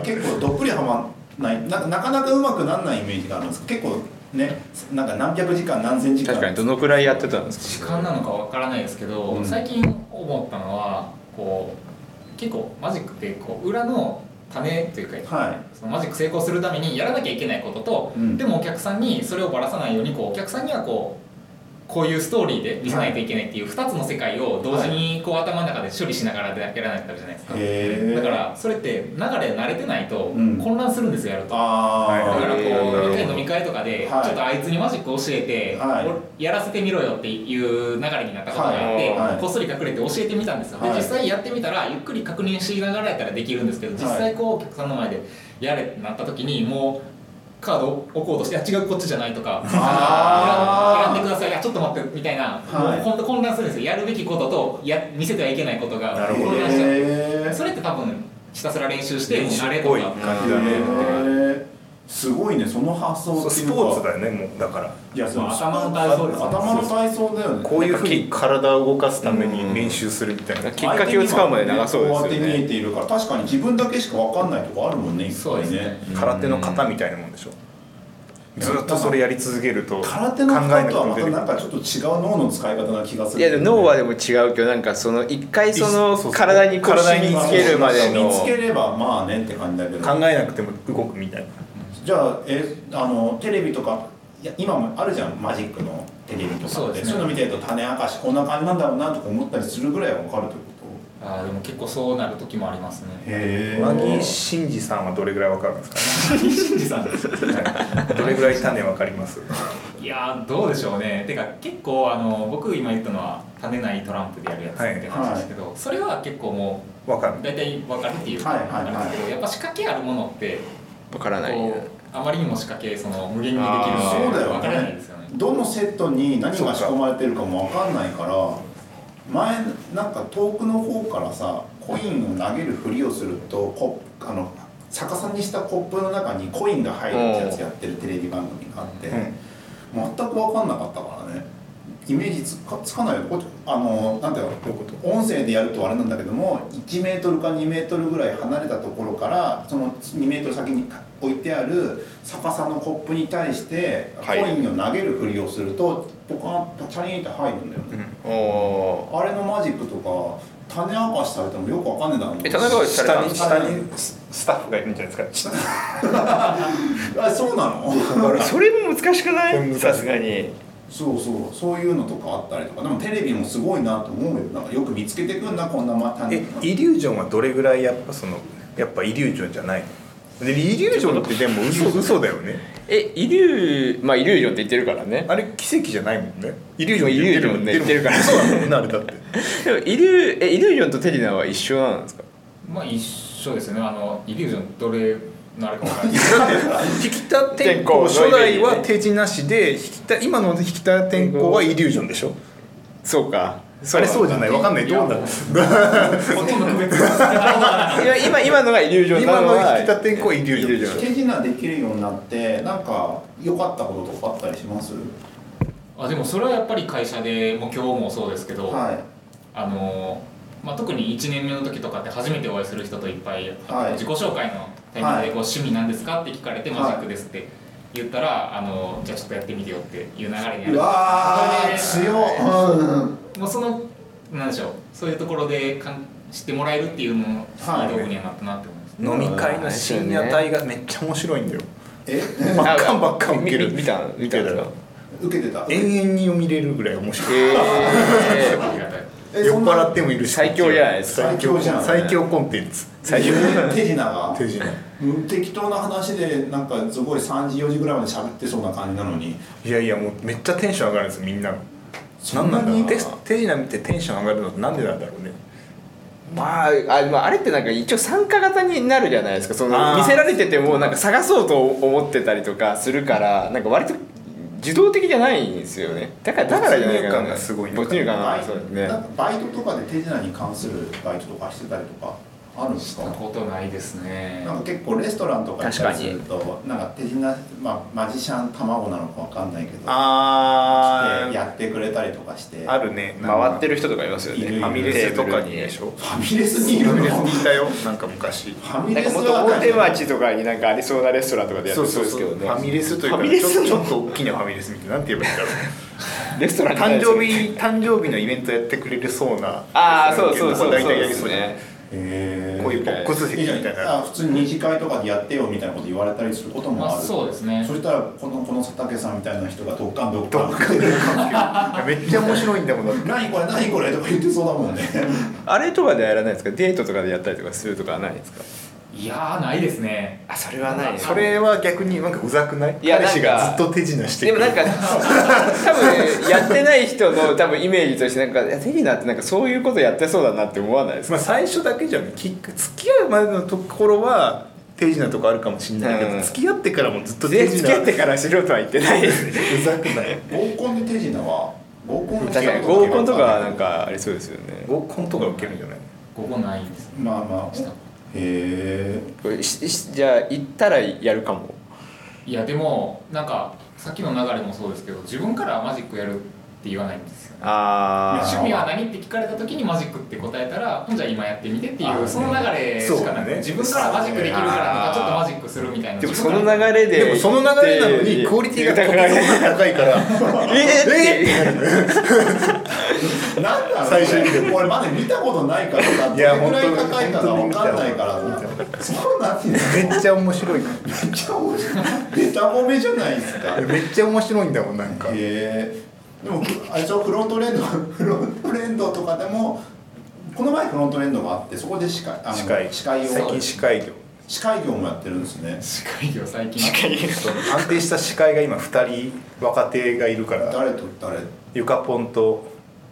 S1: 結構どっぷりはまんないななかなかうまくならないイメージがあるんですけど結構ねなんか何百時間何千時間
S2: 確かにどのくらいやってたんです
S3: 時間なのかわからないですけど、
S1: うん
S3: 最近思ったのはこう結構マジックってこう裏の種というか
S1: は
S3: そのマジック成功するためにやらなきゃいけないことと、
S1: うん
S3: でもお客さんにそれをばらさないようにこうお客さんにはこうこういうストーリーで見せないといけないっていう2つの世界を同時にこう頭の中で処理しながらでやらないとダメじゃないですか、
S1: いへえ
S3: だからそれって流れ慣れてないと
S1: うん
S3: 混乱するんですよやると、だ
S1: あ
S3: からこ
S2: へーなるほ
S3: う
S2: ど
S3: 一回飲み会とかで、
S1: はい
S3: ちょっとあいつにマジック教えて、
S1: は
S3: やらせてみろよっていう流れになったことがあって、
S1: はいはい
S3: こっそり隠れて教えてみたんですよ、
S1: はい
S3: で実際やってみたらゆっくり確認しながらやったらできるんですけど実
S1: は
S3: 際こうお客さんの前でやれってなった時にもうカードを置こうとして「いや違うこっちじゃない」とか「
S1: あー
S3: あの選んでください」いや「ちょっと待って」みたいな、
S1: はい
S3: もう本当混乱するんですよやるべきこととや見せてはいけないことが
S4: なるほど
S3: 混
S1: へ
S3: 乱しちゃって
S1: え
S3: それって多分ひたすら練習してもう慣れ
S4: っ
S3: と
S4: ぽい
S3: か
S4: 感じだね
S1: へーすごいねその発想って
S4: ス
S1: いうか
S4: ポーツだよねもうだから
S1: いやその
S3: 頭の体操ですね
S1: 頭の体操だよね
S4: こういうふうに体を動かすため
S2: うん
S4: に練習するみたいな、
S2: きっかけを使うまで長そうですよね
S1: 相手にはこうやって見えているから確かに自分だけしか分かんないとこあるもんねいっ
S3: そ
S1: ぱ
S3: うで
S1: い
S3: す
S1: ね
S3: ね
S4: 空手の型みたいなもんでしょずっとそれやり続けると
S1: 空手の
S4: 考
S1: 方
S4: えなく
S1: とは
S4: も
S1: ま
S4: 出
S1: た
S4: てく
S1: なん
S4: る
S1: かちょっと違う脳の使い方な気がする
S2: いやでも脳はでも違うけどなんかその一回その
S4: そうそう
S2: 体にこう
S4: 体
S2: 染
S4: に
S2: みつけるまで
S1: 身
S2: の
S1: につければまあねって感じだけど
S4: 考えなくても動くみたいな
S1: じゃあえあのテレビとかいや今もあるじゃんマジックのテレビとか
S3: そうですね
S1: そういうの見てると種明かしこんな感じなんだろうなとか思ったりするぐらいは分かるってこと
S3: あーでも結構そうなる時もありますね
S1: へ
S4: 和木真二さんはどれぐらいわかるんです
S3: さん
S4: かねどれぐらい種わかります
S3: いやーどうでしょうねてか結構あの僕今言ったのは種ないトランプでやるやつって話ですけど、それは結構も
S4: わか
S3: う
S4: る
S3: 大体分かるっていう
S1: はい
S3: 感
S1: はいはい
S3: じなんですけど、やっぱ仕掛けあるものって
S2: わからない
S3: こうあまりにも仕掛けその無限にできるの
S2: あー
S1: そうだ
S3: で
S1: よ
S3: 分
S1: ね
S3: からないですよね
S1: どのセットに何が仕込まれてるかも分かんないから前なんか遠くの方からさコインを投げるふりをするとコップあの逆さにしたコップの中にコインが入るってやつやってるテレビ番組があって、
S4: う
S1: 全く分かんなかったからねイメージつかつかないよこっちあのなんだろう
S4: どういうこと
S1: 音声でやるとあれなんだけども1メートルか2メートルぐらい離れたところからその2メートル先に置いてある逆さのコップに対してコ
S2: は
S1: イ
S2: い
S1: ンを投げるふりをするとポカンとチャリンって入るんだよね、
S2: おお
S1: あれのマジックとか種明かしされてもよくわかんねえだろうな
S2: え種明かしされた
S4: 下に下にススタッフがいるんじゃないですか
S1: あそうな の
S2: ーそれも難しくな
S4: 難し
S2: い
S4: い
S2: さすがに
S1: そうそうそういうのとかあったりとかでもテレビもすごいなと思うよなんかよく見つけてくんなこんなま種
S4: えイリュージョンはどれぐらいやっぱそのやっぱイリュージョンじゃないのでイリュージョンってでも嘘嘘だよね
S2: えイリューまあイリュージョンって言ってるからね
S4: あれ奇跡じゃないもんねイリュー
S2: ジョン
S4: 言ってるもん
S2: イリュージョンね言ってるから
S4: そうなのねあれだって
S2: でも イリューえイリュージョンとテリナは一緒なんですか
S3: まあ一緒ですよねあのイリュージョンどれのあれか分から ない
S4: 引田天功初代は手品なしで引田今の引田天功はイリュージョンでしょ
S2: そうか
S4: あれそうじゃないわかんないどうだ
S3: ほとんど区別が
S2: 今今今のがイリュージョン
S4: 今
S2: なの
S4: の
S2: は
S4: 引田天功はイリュージョンでしょ
S1: 手品できるようになってなんか良かったこととかあったりします
S3: あでもそれはやっぱり会社でもう今日もそうですけど、
S1: は
S3: あのまあ、特に1年目の時とかって初めてお会いする人といっぱい、
S1: はい
S3: 自己紹介のタイミング
S1: はい
S3: でこう「趣味なんですか?」って聞かれて「
S1: はい
S3: マジックです」って言ったら、あのじゃあちょっとやってみてよっていう流れになる
S1: い、うわー
S3: それ
S1: 強
S3: で
S1: っ、うん、
S3: もうそのなんでしょうそういうところでかん知ってもらえるっていうのもい
S1: はい
S3: い道具にはなったなって思います、
S4: 飲み会の深夜帯がめっちゃ面白いんだよ
S1: え
S4: ばっかんばっかん受ける
S2: み見た見たんですか
S1: 受けてたえ
S4: 延々に見れるぐらい面白い
S2: え
S3: ありがたい
S4: 酔っ払っててもいるし
S2: 最強じゃないですか
S1: 最強じゃん
S4: 最強コンテンツ
S1: 手品手品が
S4: 手品
S1: うん適当な話でなんかすごい3時4時ぐらいまで喋ってそうな感じなのに
S4: いやいやもうめっちゃテンション上がるんですよみんな
S1: そ
S4: 何
S1: んな
S4: なんだろ
S1: に
S4: う手手品見てテンション上がるのってなんでなんだろうね
S2: まああまああれってなんか一応参加型になるじゃないですかそ
S4: あー
S2: の見せられててもなんか探そうと思ってたりとかするからなんか割と自動的じゃないんですよねだからだからじゃないかな
S4: 没入感がすごいのかな
S2: 没入感
S1: バ
S2: が
S1: イ
S2: そう
S1: ト
S2: ですね
S1: なんかバイトとかで手品に関するバイトとかしてたりとかあるんです
S3: そんな
S1: か
S3: ことないですね
S1: なんか結構レストランとか行ったりするとなんか手品、まあ、マジシャン卵なのかわかんないけど
S4: あ
S1: で
S4: ー
S1: やってくれたりとかして
S4: あるね
S2: 回ってる人とかいますよ
S1: いる
S2: ね
S1: いる
S4: ファミレスとかに
S2: テーブル
S4: でし
S1: フ
S4: ょ
S1: ァミレスにいる
S4: ファ
S1: のフ
S4: ミレスにいたよなんか昔
S1: ァミ
S2: な
S1: レ
S2: んか
S1: ス
S2: もっと
S1: は
S2: 大手町とかになんかありそうなレストランとかでやっ
S4: そう
S2: てそ
S4: そうう
S2: です
S4: そ
S2: け
S4: う
S2: どね
S4: ファミレスという
S2: ファ
S4: か
S2: ミレ
S4: ちょ
S2: ス
S4: っとちょ
S2: の
S4: っと大きなファミレスみたいななんて言えばいいんだろう
S2: レストランじゃない
S4: 誕
S2: ですよ
S4: 生日誕生日のイベントやってくれるそうな
S2: ああそうそうそう
S4: 大
S2: そう
S4: 体や
S2: で
S4: りそ
S2: す
S4: うじゃん
S2: ね
S1: へー
S4: こういうボックス席
S1: い
S4: み
S1: いじ
S4: た
S1: ゃん
S4: い
S1: あ
S4: な
S1: 普通に二次会とかでやってよみたいなこと言われたりすることもあ
S3: ま
S1: る、
S3: あそうですね
S1: そしたらこのこの佐竹さんみたいな人がドッカンドッ
S4: ド
S1: カン
S4: ッカンドッカンめっちゃ面白いんだもんだって
S1: 何これ何これとか言ってそうだもんね
S2: あれとかではやらないですかデートとかでやったりとかするとかはないですか
S3: いやーないですね
S2: あそれは
S3: ないです
S4: それは逆になんかうざくない
S2: いや
S4: 彼氏が
S2: なん
S4: ず
S2: か
S4: っと手品して
S2: で
S4: く
S2: も
S4: る
S2: なんか多分やってない人の多分イメージとしてなんかいやテリナってなんかそういうことやってそうだなって思わないです
S4: ま
S2: か
S4: あ、最初だけじゃんきっ付き合うまでのところは手品とかあるかもしれないけど、
S2: うん
S4: 付き合ってからもずっと手
S2: で
S4: 品
S2: 付き合ってから素人は言ってないですね
S4: うざくない
S1: 合コンで手品は合コン
S2: 確 かに合コンとかはなんかありそうですよね
S4: 合コンとか受けるんじゃない
S3: ここないですね
S1: まあまあへえ
S2: これししじゃあ行ったらやるかも
S3: いやでもなんかさっきの流れもそうですけど自分からマジックやるって言わないんですよね
S2: あ
S3: 趣
S2: あ
S3: 味は何って聞かれた時にマジックって答えたらじゃあ今やってみてって
S2: あ
S3: い
S2: ー
S3: うその流れしかな
S4: そうだ
S3: い、
S4: ね
S3: 自分からマジックできるからと
S2: あ
S3: か
S2: ー
S3: ちょっとマジックするみたいな
S2: でもその流
S3: 自分から
S2: れで
S4: でもその流れなのにクオリティがとても高いから
S2: えーって
S1: なんだろう
S4: 最終的に
S1: 俺まだ見たことないからさど
S4: いや
S1: れくらい高いかが分
S4: 本当
S1: かん
S4: に
S1: ないから
S4: 本
S1: なそうなんですよ
S4: めっちゃ面白いか
S1: めっちゃ面白いベタ褒めじゃないですから
S4: めっちゃ面白いんだもんなんか
S1: へえでもあれでしょフロントレンド フロントレンドとかでもこの前フロントレンドがあってそこで司会あの
S4: 司会
S1: 司会を
S4: 最近司会業
S1: 司会業もやってるんですね
S3: 司会業最近
S4: 安定した司会が今2人若手がいるから
S1: 誰と誰
S4: ゆかぽんと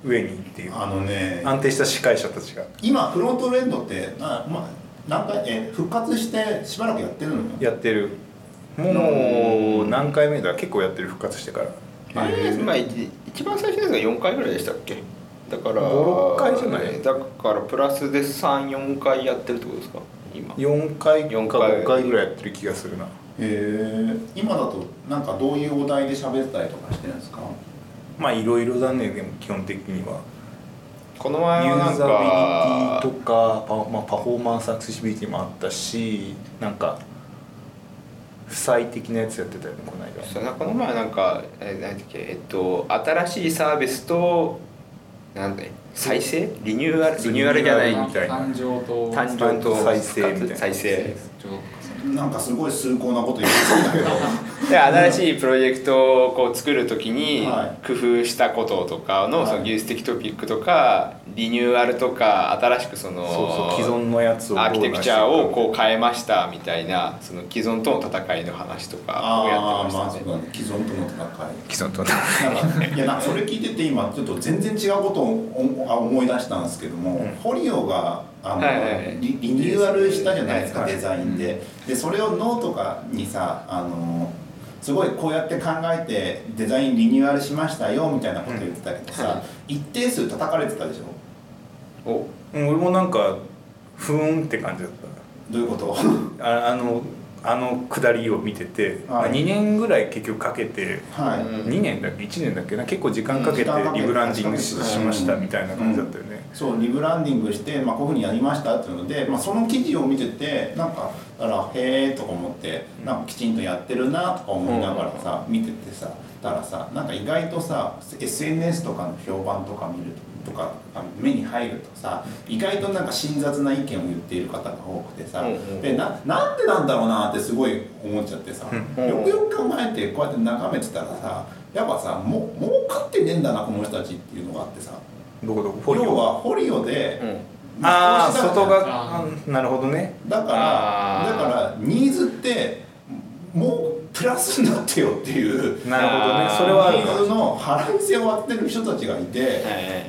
S4: 上にっていう
S1: あのね
S4: 安定した司会者たちが
S1: 今フロントレンドってな、ま、何回え復活してしばらくやってるのよ
S4: やってるもう何回目だ結構やってる復活してから
S2: あれまあ、い一番最初ですが4回ぐらいでしたっけだから
S4: 5 6回じゃない
S2: だからプラスで34回やってるってことですか今
S4: 4回か
S2: 四回
S4: 5回ぐらいやってる気がするな
S1: へえ今だとなんかどういうお題で喋ったりとかしてるんですか
S4: まあいろいろだねでも基本的には
S2: この
S4: ユ
S2: 前はな
S4: ー
S2: ん
S4: ザビリティと
S2: か
S4: かパ,、まあ、パフォーマンスアクセシビリティもあったしなんか負債的なやつやってたよねこの間
S2: そうなこの前はなんかえ何だっけえっと新しいサービスとなんだい再生リニューアルリニューアルじゃない
S4: みたいな
S3: 誕生と
S2: 誕生と
S4: 再生みたいな
S2: 再生
S1: なんかすごい崇高なこと言ってるんだけど
S2: で新しいプロジェクトをこう作る時に
S1: は
S2: 工夫したこととかの
S1: はい
S2: その技術的トピックとかリニューアルとか新しくその
S4: そうそう既存のやつを
S2: アーキテクチャをこう変えましたみたいなその既存との戦いの話とかをや
S1: あ
S2: っ
S1: あ
S2: て
S1: まあ
S2: ま
S1: そ
S2: した
S1: うだ
S2: ね
S1: ね既存との戦い
S2: 既存との戦
S1: な
S2: い
S1: んかいやなんかそれ聞いてて今ちょっと全然違うことをおあ思い出したんですけども、
S4: うん
S1: ホリオがあの、
S2: はいはい
S1: リリニューアルしたじゃないですか、
S4: はい
S1: デザインで、でそれをノートかにさあのすごいこうやって考えてデザインリニューアルしましたよみたいなこと言ってたけど
S2: うん
S1: さ、
S2: はい
S1: 一定数叩かれてたでしょ
S2: お
S4: うん俺もなんかふーんって感じだっ
S1: どういう こと
S4: たああのあの下りを見てて、まあ
S1: はい
S4: 2年ぐらい結局かけて
S1: はい、
S2: うん
S4: 2年だっけ1年だっけな結構時間かけて
S1: うん時間かけて
S4: リブランディングしましたみたいな感じだったよね、
S1: そうリブランディングして、まあ、こういうふうにやりましたっていうので、まあ、その記事を見ててなんかだからへえとか思ってなんかきちんとやってるなとか思いながらさ、見ててさたらさなんか意外とさ SNS とかの評判とか見るとかあの目に入るとさ意外となんか辛雑な意見を言っている方が多くてさ、
S2: うんうん
S1: でななんでなんだろうなってすごい思っちゃってさ、
S4: う
S2: うん
S1: よくよく考えてこうやって眺めてたらさやっぱさも儲かってねえんだなこの人たちっていうのがあってさ。
S4: どこどこフォリ
S1: 要
S4: オ
S1: はホリオで、
S4: ああ
S1: 投資だ
S4: 外
S1: から
S4: があなるほどね
S1: だから
S2: あー
S1: だからニーズってもうプラスになってよっていう
S4: なるほど
S2: あ
S4: ね
S2: ー
S4: それ
S1: ニ
S4: はあるか
S1: ー
S4: も
S1: ズの払いせを当ててる人たちがいて、
S2: はい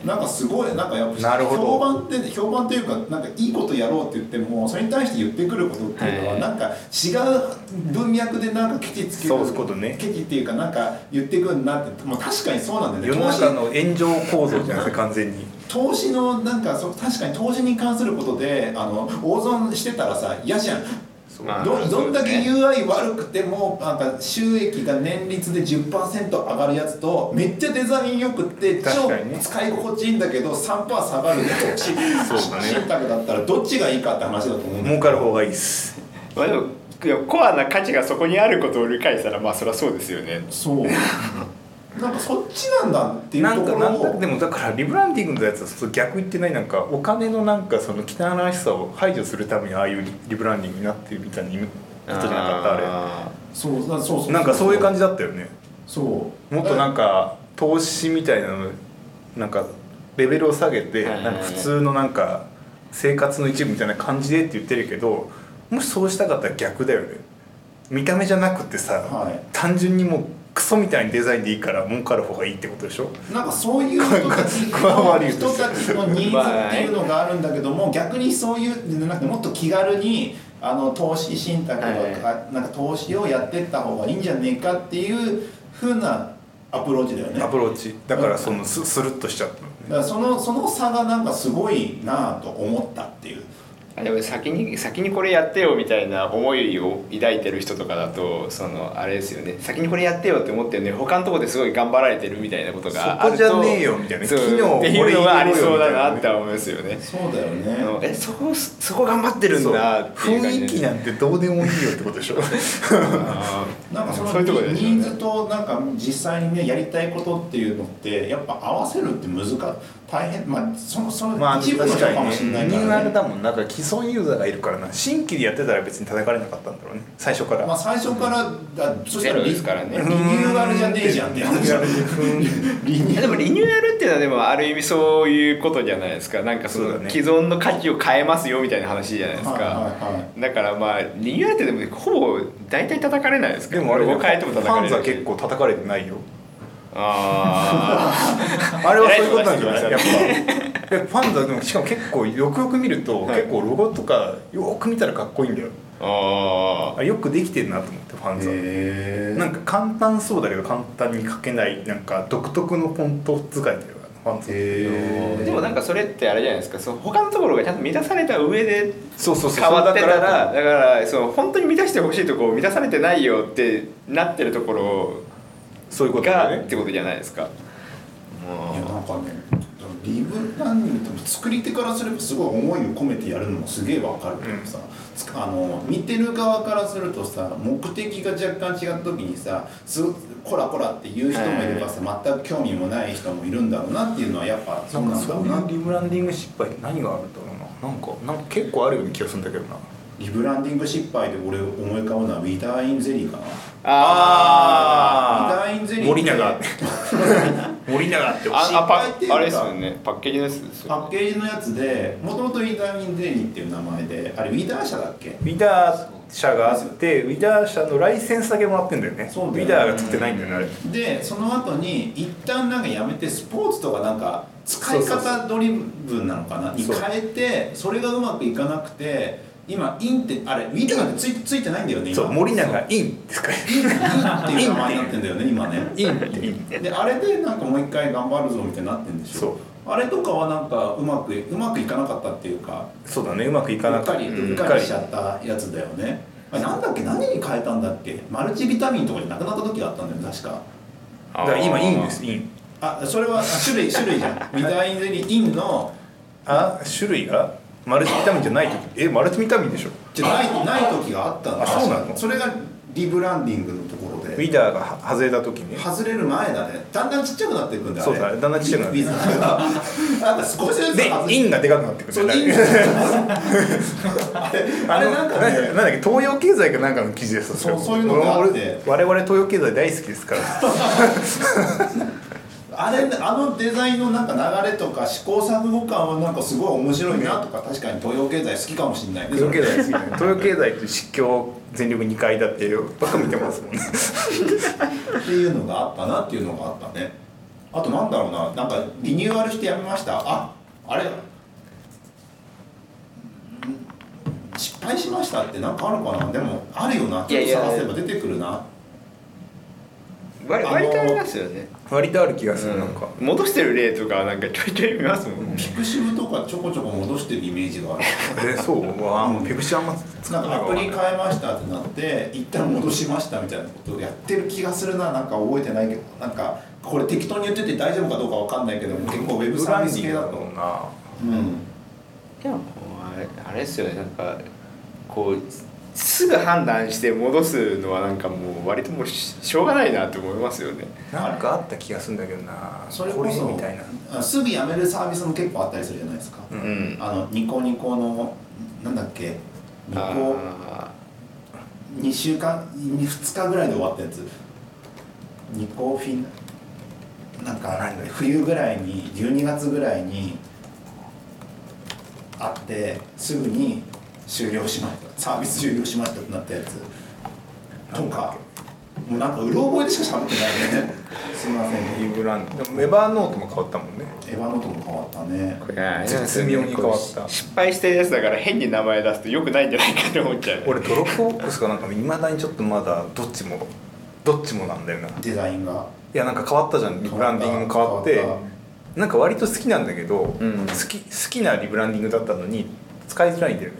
S1: なんかすごいなんかやっ
S4: な
S1: ぱ
S4: るほど
S1: 評判って評判というかなんかいいことやろうって言ってもそれに対して言ってくることっていうのは、
S2: はい
S1: なんか違う文脈でなんかケチつける
S4: そういうことね
S1: ケチっていうかなんか言ってくるなって、まあ、確かにそうなんだよ
S4: 世
S1: ね
S4: の
S1: 投資
S4: 中の炎上構造じゃないですか完全に
S1: 投資のなんかそう確かに投資に関することであの大損してたらさ嫌じゃん
S2: まあ
S1: ど
S2: そう
S1: どんだけ
S2: ですね
S1: UI 悪くてもなんか収益が年率で10%上がるやつとめっちゃデザインよくって
S4: 確
S1: 超
S4: かにね
S1: 使い心地いいんだけど3%下がるで投資
S4: そうだね
S1: 信託だったらどっちがいいかって話だと思うんだ
S4: 儲かる方がいいっす
S2: まあでもでもコアな価値がそこにあることを理解したらまあそりゃそうですよね
S1: そうなんかそっちなんだっていう
S4: な
S1: と
S4: んか
S1: ころ
S4: なんか
S1: を
S4: でもだからリブランディングのやつはそう逆言ってないなんかお金のなんかその汚らしさを排除するためにああいうリリブランディングになってるみたいに言うことじゃなかったあ
S2: あ
S1: そうそうそうそう
S4: れなんかそういう感じだったよね
S1: そう
S4: もっとなんか投資みたいなのなんかレベルを下げて
S2: はいはい
S4: なんか普通のなんか生活の一部みたいな感じでって言ってるけどもしそうしたかったら逆だよね見た目じゃなくてさ、
S1: はい
S4: 単純にもうクソみたいにデザインでいいから儲かる方がいいってことでしょ
S1: なんかそういう人たち
S4: これは悪い
S1: の
S4: です
S1: 人たちのニーズっていうのがあるんだけども逆にそういうなんかもっと気軽にあの投資信託とか,、
S2: は
S1: なんか投資をやってった方がいいんじゃねえかっていう風なアプローチだよね
S4: ア
S1: だ
S4: プローチだからそのススルッとしちゃったのね
S1: からそのその差がなんかすごいなぁと思ったっていう
S2: あでも先に先にこれやってよみたいな思いを抱いてる人とかだとそのあれですよね先にこれやってよって思ってるね他のところですごい頑張られてるみたいなことがあると
S4: そこじゃねえよみたいな
S2: そう
S4: 昨日
S2: っていうのがありそうだな
S4: これ入れろよみ
S2: ったて
S4: いな
S2: 思いますよね
S1: そうだよ
S2: あの
S1: ね
S2: えそこそこ頑張ってるんだっていう感じ
S4: 雰囲気なんてどうでもいいよってことでしょ
S2: あー
S1: なんかその
S2: そういうところですよね
S1: ニーズとなんか実際にねやりたいことっていうのってやっぱ合わせるって難しい大変まあそのその一部の人かもしれない
S4: ニ
S1: から、ね
S4: ューアルだもんなんか既存ユーザーがいるからな新規でやってたら別に叩かれなかったんだろうね最初から、
S1: まあ最初からだそしたら
S2: ゼロですからね
S1: リニューアルじゃねえじゃんって話リニューア
S2: でもリニューアルっていうのはでもある意味そういうことじゃないですかなんかそ
S4: そう
S2: の
S4: だね
S2: 既存の価値を変えますよみたいな話じゃないですか、
S1: はいはいは
S2: だからまあリニューアルってでもほぼ大体叩かれないですか
S4: でもあれ
S2: ど
S4: ね
S2: う変えても
S4: フ
S2: 叩か
S4: ァン
S2: れ
S4: ザ
S2: る
S4: 結構叩かれてないよ
S2: あ
S4: あれはそういうことなんじゃない
S2: 偉い
S4: やっ
S2: 人が
S4: ぱでファンザでもしかも結構よくよく見ると、
S2: はい
S4: 結構ロゴとかよく見たらかっこいいんだよ
S2: ーあ
S4: あよくできてるなと思ってファンザ、
S1: へ
S4: なんか簡単そうだけど簡単に書けないなんか独特のフォント使いだよファンザ
S1: へ
S2: ーでもなんかそれってあれじゃないですかその他のところがちゃんと満たされた上で
S4: そうそうそう
S2: 変わってたら
S4: だ
S2: だ
S4: から
S2: からその本当に満たしてほしいところを満たされてないよってなってるところ
S4: そういうことだ
S2: が
S4: よ
S2: っ
S4: ね
S2: てことじゃないですか。
S1: いやなんかねリブランディングって作り手からすればすごい思いを込めてやるのもすげえわかるけどさ、つあの見てる側からするとさ目的が若干違った時にさすこらこらって言う人もいればさ、全く興味もない人もいるんだろうなっていうのはやっぱそう
S4: なんか
S1: なんだ
S4: そ
S1: ろ
S4: う
S1: う
S4: い
S1: な
S4: うリブランディング失敗って何があるんだろうななんかなんか結構あるような気がするんだけ どな
S1: リブランディング失敗で俺思い浮かぶのはウィダーインゼリーかな
S2: あ
S1: ウィダーインゼリーって
S4: 森永森永って
S2: ー
S1: 失
S2: あ
S1: 敗
S2: あ
S1: っていう
S2: パ
S1: か
S2: あれですよねパッケージのやつです
S1: パ
S2: よ
S1: ッ
S2: ね
S1: ケージのやつでもともとウィダーインゼリーっていう名前であれウィダー社だっけ
S4: ウィダー社があってウィダー社のライセンスだけもらってんだよね
S1: そうだ
S4: ウ
S1: よ
S4: ィダーが作ってないんだよねあれ
S1: でその後に一旦なんかやめてスポーツとかなんか使い
S4: そうそうそ
S1: 方ドリブンなのかなに
S4: そう
S1: 変えてそれがうまくいかなくて今インってあれウィダーなんてついついてないんだよね今
S4: そう森永インです か
S1: インインっていう名前になってんだよね今ね
S4: インってイン
S1: であれでなんかもう一回頑張るぞみたいになってんでしょ
S4: そう
S1: あれとかはなんかうまくうまくいかなかったっていうか
S4: そうだねうまくいか
S1: う
S4: な
S1: っ
S4: か
S1: か
S4: っ
S1: り
S4: た
S1: うっかりしちゃったやつだよねあれなんだっけ何に変えたんだっけマルチビタミンとかじゃなくなった時があったんだよね確か
S4: だから今インです
S2: ね
S4: イン
S1: あそれはあ種類種類じゃん ビタミンゼリーインの
S4: あ種類がマルチビタミンじゃない時えマルチビタミンでしょ
S1: じゃないない時があったの
S4: あそうなの
S1: それがリブランディングのところ
S4: ウィ
S1: で
S4: ダーがは外れた時に
S1: 外れる前だねだんだんちっちゃくなっていくんだよ
S4: そうだねだんだんちっちゃくなってい
S1: ウィ
S4: く
S1: ズがなんか少しずつ
S4: で
S1: 外れ
S4: インがでかくなってく
S1: そう
S4: る
S1: インあ
S4: あ
S1: れ
S4: れ
S1: な
S4: なんん
S1: か
S4: か
S1: ね
S4: ね なんだっけ東洋経済かなんかの記事です
S1: そう
S4: れ
S1: そういうのがあって
S4: 俺我々東洋経済大好きですから
S1: あれあのデザインのなんか流れとか試行錯誤感はなんかすごい面白いなとか確かに東洋経済好きかもしれないね
S4: 東洋経済好きだね東洋経済って失教全力2回だってよばっか見てますもんね
S1: っていうのがあったなっていうのがあったねあとなんだろうななんかリニューアルしてやめましたああれうん失敗しましたってなんかあるかなでもあるよなちょっと探せば出てくるな
S2: 割割とありますよね、
S4: 割とある気がす
S2: う
S4: る、
S2: ん
S4: なんか
S2: 戻してる例とかなんかちょいちょい見ますもんね、
S1: ピクシブとかちょこちょこ戻してるイメージがある
S4: えそうわ
S1: う
S4: あ
S1: ん
S4: ペクシあんま使
S1: な
S4: っ
S1: ん
S4: て
S1: か
S4: ない
S1: ア
S4: わ
S1: プリ変えましたってなって一旦戻しましたみたいなことをやってる気がするななんか覚えてないけどなんかこれ適当に言ってて大丈夫かどうかわかんないけども結構ウェブサービス系だ
S4: ブランディ
S1: と
S4: ングだもんな
S1: うん
S2: でももうあれあれですよねなんかこうすぐ判断して戻すのはなんかもう割ともうししょうがないなって思いますよね
S4: なんかあった気がするんだけどな
S1: それこそ
S4: れみたいな
S1: あすぐ辞めるサービスも結構あったりするじゃないですか、
S4: う
S2: うんん
S1: あのニコニコのなんだっけニコ
S2: あ
S1: 2週間2日ぐらいで終わったやつニコフィンなんか
S4: 何だよ
S1: 冬ぐらいに12月ぐらいに会ってすぐに終了しましたサービス終了しましたってなったやつとかもうなんかうろ覚えでしか喋ってないよねすいません
S4: リ
S1: ね
S4: ブランドでもエバーノートも変わったもんね
S1: エヴァノートも変わったね
S2: ーこれあれなんです
S4: 絶
S2: よね
S4: 妙に変わった
S2: こう失敗してるやつだから変に名前出すとよくないんじゃないかって思っちゃう
S4: 俺ドロップボックスがなんかいまだにちょっとまだどっちもどっちもなんだよない
S1: デザインが
S4: やなんか変わったじゃんリブランディングも変わって
S1: 変わっ
S4: なんか割と好きなんだけど、
S2: うん
S4: 好き好きなリブランディングだったのに使いづらいんだよね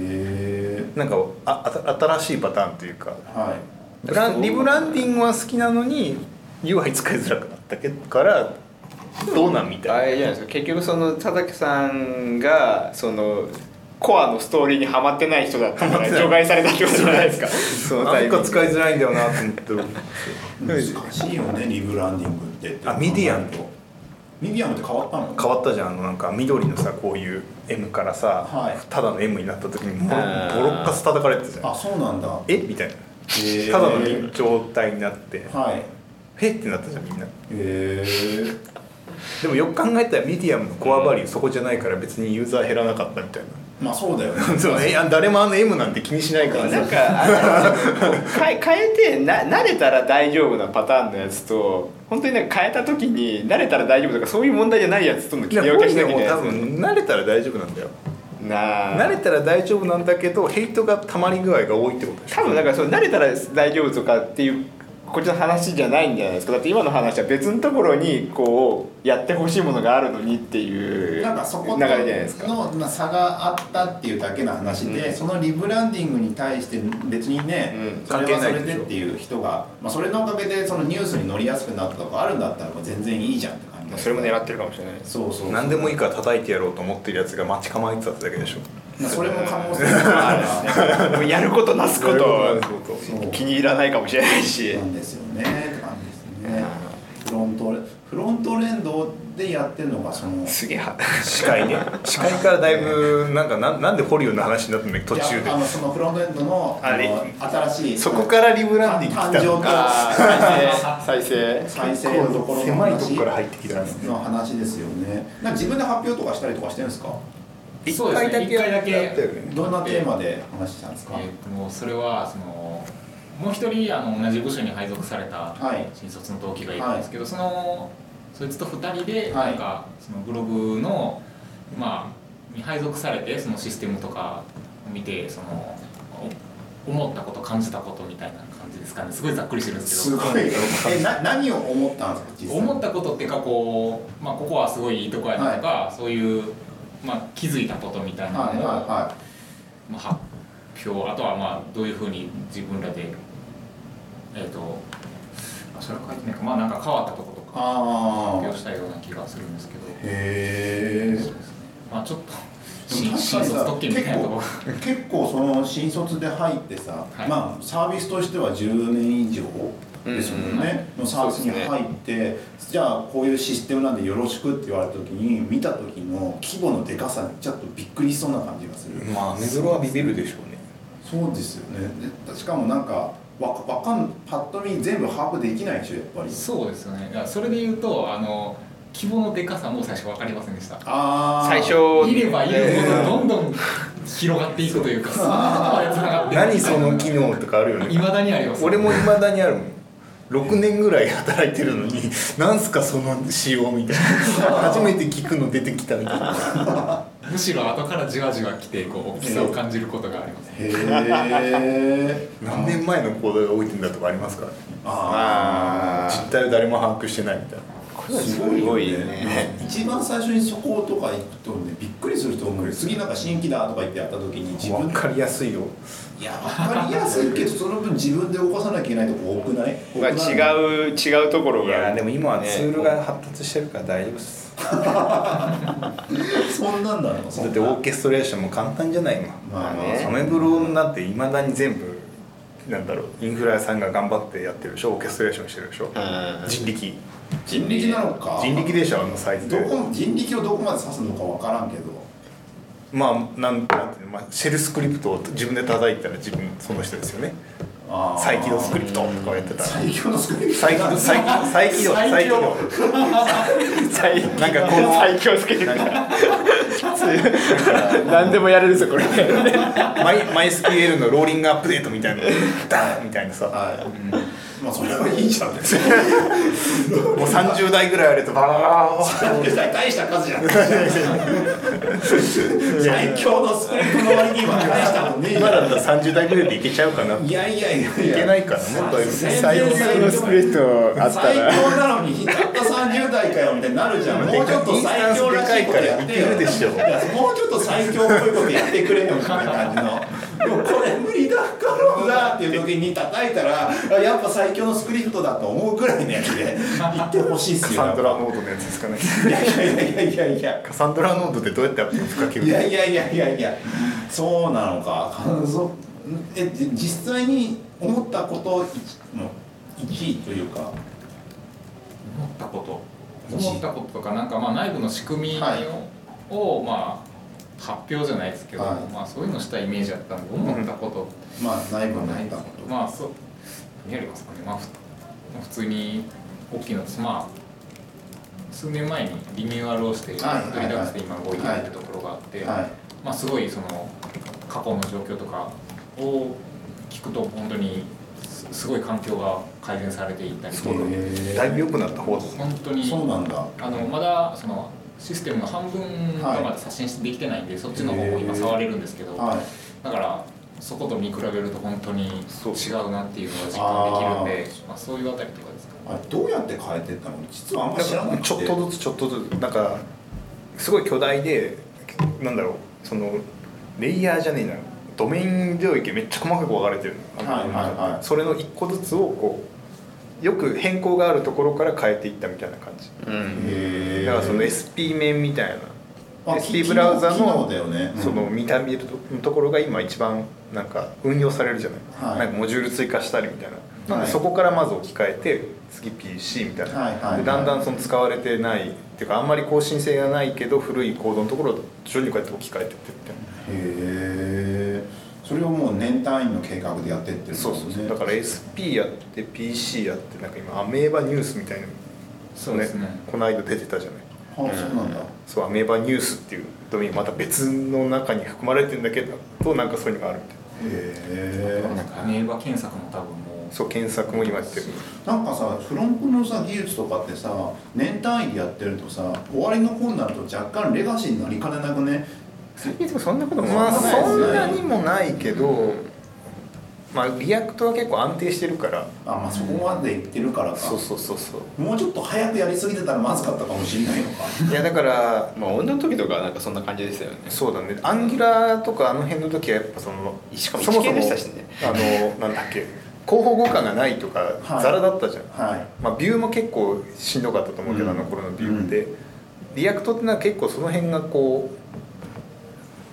S1: え
S4: なんかああた新しいパターンというか
S1: は
S4: ブランリブランディングは好きなのに UI 使いづらくなったけからどうなんみ
S2: あ
S4: たいな
S2: れじゃないですか結局その田崎さんがそのコアのストーリーにはまってない人だった から除外されたってことじゃないですかそのタ
S4: な
S2: イ
S4: ん
S2: プ
S4: か使いづらいんだよなと思って
S1: い難しいよねリブランディングって
S4: あミディアム
S1: とミディアムって変わったの
S4: 変わったじゃんあのなんか緑のさこういう M からさ、
S1: はい
S4: ただの M になった時にもうボロ
S2: あー
S4: ッカス叩かれてたじゃん
S1: あそうなんだ
S4: えみたいな
S1: へー
S4: ただの状態になって
S1: はい
S4: へってなったじゃんみんな
S1: へえ
S4: でもよく考えたらミディアムのコアバリューそこじゃないから別にユーザー減らなかったみたいな
S1: まあそうだよね
S4: そうねいや誰もあの M なんて気にしないから
S2: な
S4: さ
S2: んかあの変え変えてな慣れたら大丈夫なパターンのやつと本当になんか変えた時に慣れたら大丈夫とかそういう問題じゃないやつとの切り分
S4: こう
S2: け
S4: い
S2: しな
S4: う
S2: きゃい
S4: の
S2: け
S4: も
S2: ない
S4: 多
S2: やつ
S4: 分慣れたら大丈夫なんだよ
S2: なあ
S4: 慣れたら大丈夫なんだけどヘイトが溜まり具合が多いってことでしょ
S2: 多分なんかそう慣れたら大丈夫とかっていうこっちの話じゃないんじゃないですかだって今の話は別のところにこうやってほしいものがあるのにっていう流れじ
S1: な
S2: ゃ
S1: んかそこ
S2: ないですか。
S1: のまあ差があったっていうだけの話で、
S2: うん
S1: そのリブランディングに対して別にね、
S2: うん
S1: それはそれ
S4: 関係ない
S1: で
S4: でし
S1: っ
S4: ょ
S1: ていう人が、まあ、それのおかげでそのニュースに乗りやすくなったとかあるんだったらもう全然いいじゃんって感じ
S2: それも狙ってるかもしれないです。
S1: そうそう
S4: 何でもいいから叩いてやろうと思ってるやつが待ち構えてたってだけでしょ
S1: まあそれも可能性があるからね
S2: もうやることなすこ
S4: やること
S2: と
S4: なすこと
S1: そう
S2: 気に入らないかもしれないし。
S1: なんですよねって感じですねフロントフロント連動でやってるのがその
S2: すげえは。
S4: 視 界ね視界からだいぶなんかなんなんで掘るような話になったんだっけ途中
S1: い
S4: で
S1: やあのそのフロントエンドのあ
S4: あれ
S1: の新しい
S4: そこからリブランディング来た
S1: 誕生
S2: あー再生再生。
S1: 再生のところの話
S4: 狭いとこから入ってきたんですね
S1: の話ですよねなんか自分で発表とかしたりとかしてるんですか
S3: そうですね一回だけ
S4: やったよね
S1: どんなテーマで話したんですか、
S3: えーともうそれはそのもう一人あの同じ部署に配属された
S1: はい
S3: 新卒の同期がいるんですけど、そのそいつと2人で
S1: はい
S3: なんかそのブログの、まあ、に配属されてそのシステムとかを見てそのお思ったこと感じたことみたいな感じですかねすごいざっくりしてるんですけど。
S1: いえな何を思ったんですか実際
S3: 思ったことっていうかこう、まあ、ここはすごいいいとこやなとか、そういう、まあ、気づいたことみたいな
S1: はい
S3: の
S1: は
S3: を、
S1: いは
S3: まあ、発表あとはまあどういうふうに自分らでえっ、とあそれは書いてないかまあなんか変わったとこと
S1: い
S3: か
S1: あ
S3: 発表
S1: あ
S3: したような気がするんですけど
S1: へ
S3: そう
S1: え
S3: ですねまあちょっと
S1: でも確か
S3: 新
S1: に
S3: 新
S1: さ
S3: 卒特権みたいなとこ
S1: 結構その新卒で入ってさ、
S3: はい
S1: まあサービスとしては10年以上ですもんね、のサービスに入って、じゃあこういうシステムなんでよろしくって言われた時に見た時の規模のでかさにちょっとびっくりしそうな感じがする、
S4: まあ目黒はビビるでしょうね
S1: そうですよねでしかもなんかわわかんパッと見全部把握できないでしょやっぱり
S3: そうですよねいやそれで言うとあの規模のでかさも最初分かりませんでした
S1: ああ
S2: 最初。
S3: いればいるほどどんどん広がっていくとい うかそんなところで繋がっていく
S4: 何その機能とかあるよ
S3: い
S4: ね
S3: まだにあります
S4: 俺もいまだにあるもん6年ぐらい働いてるのになんすかその仕様みたいな 初めて聞くの出てきたみたいな
S3: むしろ後からじわじわ来てこう大きさを感じることがあります
S1: へ え
S4: 何年前の行動が置いてんだとかありますからね
S1: あ
S4: 実態を誰も把握してないみたいな
S1: あ
S2: すごいよね。
S1: 一番最初にそことか行くとねびっくりすると思う次なんか新規だとか言ってやった時に自分
S4: 分かりやすいよ
S1: いや分かりやすいけどその分自分で動かさなきゃいけないとこ多くない多く
S2: が
S1: ない
S2: 違う違うところが。ね
S4: 発達してるから大丈夫です
S1: そんなんだろうそん
S4: だ
S1: な
S4: ってオーケストレーションも簡単じゃない今
S1: まあまあ
S2: まあね
S4: アメブロなんていまだに全部なんだろうインフラ屋さんが頑張ってやってるでしょオーケストレーションしてるでしょ
S2: うん
S4: 人力
S1: 人力なのか
S4: 人力でしょあのサイズ
S1: ど
S4: で
S1: こ人力をどこまで指すのか分からんけど
S4: まあなんなんていうの、まあ、シェルスクリプトを自分で叩いたら自分その人ですよね
S1: あー
S4: 再起動スクリプトとかをやってたら
S1: 最強のスク リプト
S4: 再起動再起動再起動再起動
S2: 最
S4: なんか この
S2: 最強スキルだ。何でもやれるぞこれ。
S4: マイマイス q l のローリングアップデートみたいなダーンみたいなさ
S1: はい、まあそれはいいじゃん
S4: もう30台ぐらいあるとバー
S1: 大した数じゃん最強のスクリプトの割には大したもんねえじゃん
S4: 今だったら30台ぐらいでいけちゃうかない
S1: やいやいいやい
S4: い
S1: や
S4: けないからもっと
S1: 全然
S4: 採用
S1: 最
S4: す
S1: 高
S4: る
S1: の
S5: スプレッドあった
S1: 最
S5: ら
S1: 強なのにたった30代かよみたいになるじゃんもうちょっと最強らしいことやってよ
S4: インスタンスでかい
S1: いやもうちょっと最強っぽいことやってくれよみたいな感じのでもこれ無理だからなっていう時に叩いたらあやっぱ最強のスクリプトだと思うくらいのやつで言ってほしいっ
S4: カ
S1: すよ
S4: サンドラ
S1: やっ
S4: ノードのやつですかね
S1: ぱいやいやいやいやいや
S4: カサンドラノードってどうやってアップに深ける
S1: い
S4: の
S1: やいやいやいやいやそうなのか感想えじ実際に思ったことの1位というか
S3: 思ったこと思ったこととかなんかまあ内部の仕組みを,、
S1: はい
S3: をまあ発表じゃないですけど、
S1: はい
S3: まあそういうのしたイメージだったんで思ったこと
S1: まあ内部の
S3: な
S1: 何
S3: いん
S1: か
S3: です
S1: こ
S3: けど
S1: と
S3: まあそう何やりますかねまあふ普通に大きいのですまあ数年前にリニューアルをして、
S1: はい
S3: ドリダックスで今動いているところがあって、
S1: はい
S3: まあ、すごいその過去の状況とかを聞くと本当にすすごい環境が改善されていったり
S1: そうなんだへー
S4: だいぶ良くなった方だ
S3: 本当に
S1: そうなんだ
S3: あのまだそのシステムの半分がまだ刷新できてないんで、そっちの方を今触れるんですけど、
S1: はい
S3: だからそこと見比べると本当に違うなっていうのが実感できるんでまあ、そういうあたりとかですかね
S1: あれどうやって変えてったの実はあんま知ら
S4: な
S1: なんく
S4: か
S1: て
S4: ちょっとずつちょっとずつなんかすごい巨大でなんだろうそのレイヤーじゃねえなドメイン領域めっちゃ細かく分かれてるの、
S1: はいはいはい
S4: それの一個ずつをこうよく変更があるところから変えていったみたいな感じ
S2: うん
S1: へー
S4: だからその SP 面みたいな
S1: あ
S4: SP ブラウザ
S1: 機能
S4: の
S1: 機能だよねうん
S4: その見た目のところが今一番なんか運用されるじゃな
S1: はい
S4: いなんかモジュール追加したりみたいななん
S1: はい
S4: でそこからまず置き換えて次 PC みたい
S1: はいはいは
S4: ないでだんだんその使われてないっていうかあんまり更新性がないけど古いコードのところを徐々にこうやって置き換えていってみたいな
S1: へえそれをもう年単位の計画でやってってるんです
S4: そ
S1: ね
S4: うそうそうだから SP やって PC やってなんか今アメーバニュースみたいなの
S3: そうですね
S4: この間出てたじゃない
S1: あそうなんだ
S4: そうアメーバニュースっていうドメインまた別の中に含まれてるんだけどなんかそういうのがあるみたい
S1: へえ
S3: なんか名場検索も多分も
S4: な
S3: う
S4: そう検索も今やってる
S1: なんかさフロントのさ技術とかってさ年単位でやってるとさ終わりの頃になると若干レガシーになりかねなくね
S4: 最近とかそんなこと
S1: も
S4: まあ
S1: そんなこと
S4: そ
S1: ない
S4: んなにもないけどまあリアクトは結構安定してるから
S1: あまあそこまでいってるからか
S4: そうそうそうそう
S1: もうちょっと早くやりすぎてたらまずかったかもしれないのか
S4: いやだから
S2: まあ女の時とかはなんかそんな感じでしたよね
S4: そうだねアンギュラーとかあの辺の時はやっぱその
S2: しかも
S4: そも
S2: 一
S4: そ
S2: 見
S4: も
S2: でしたしね
S4: あのなん だっけ広報互換がないとか
S1: はい
S4: ザラだったじゃん
S1: はい
S4: まあ、ビューも結構しんどかったと思うけど、
S1: うん
S4: あの頃のビューって、リアクトってのは結構その辺がこ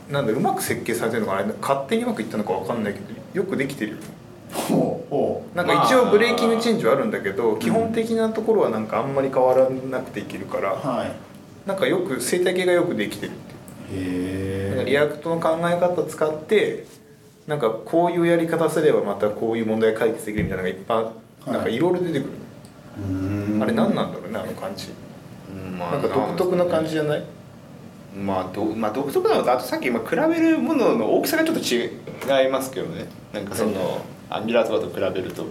S4: うなんだうまく設計されてるのかなあれ勝手にうまくいったのかわかんないけどよくできてるよね
S1: ほうほ
S4: なんか一応
S3: まあ
S4: ブレーキングチェンジはあるんだけど、基本的なところはなんかあんまり変わらなくていけるか
S1: う
S4: ら、
S1: はい
S4: なんかよく生態系がよくできてるっていうなんか
S1: へ
S4: リ
S1: え
S4: アクトの考え方使ってなんかこういうやり方すればまたこういう問題解決できるみたいなのがいっぱい、
S1: い
S4: なんかいろいろ出てくる、あれ何なんだろうねあの感じ、
S2: うんまあ
S4: なんか独特な感じじゃない
S2: まあ、どまあ独特なのとあとさっき今比べるものの大きさがちょっと違いますけどねなんかそのアンギュラーとかと比べると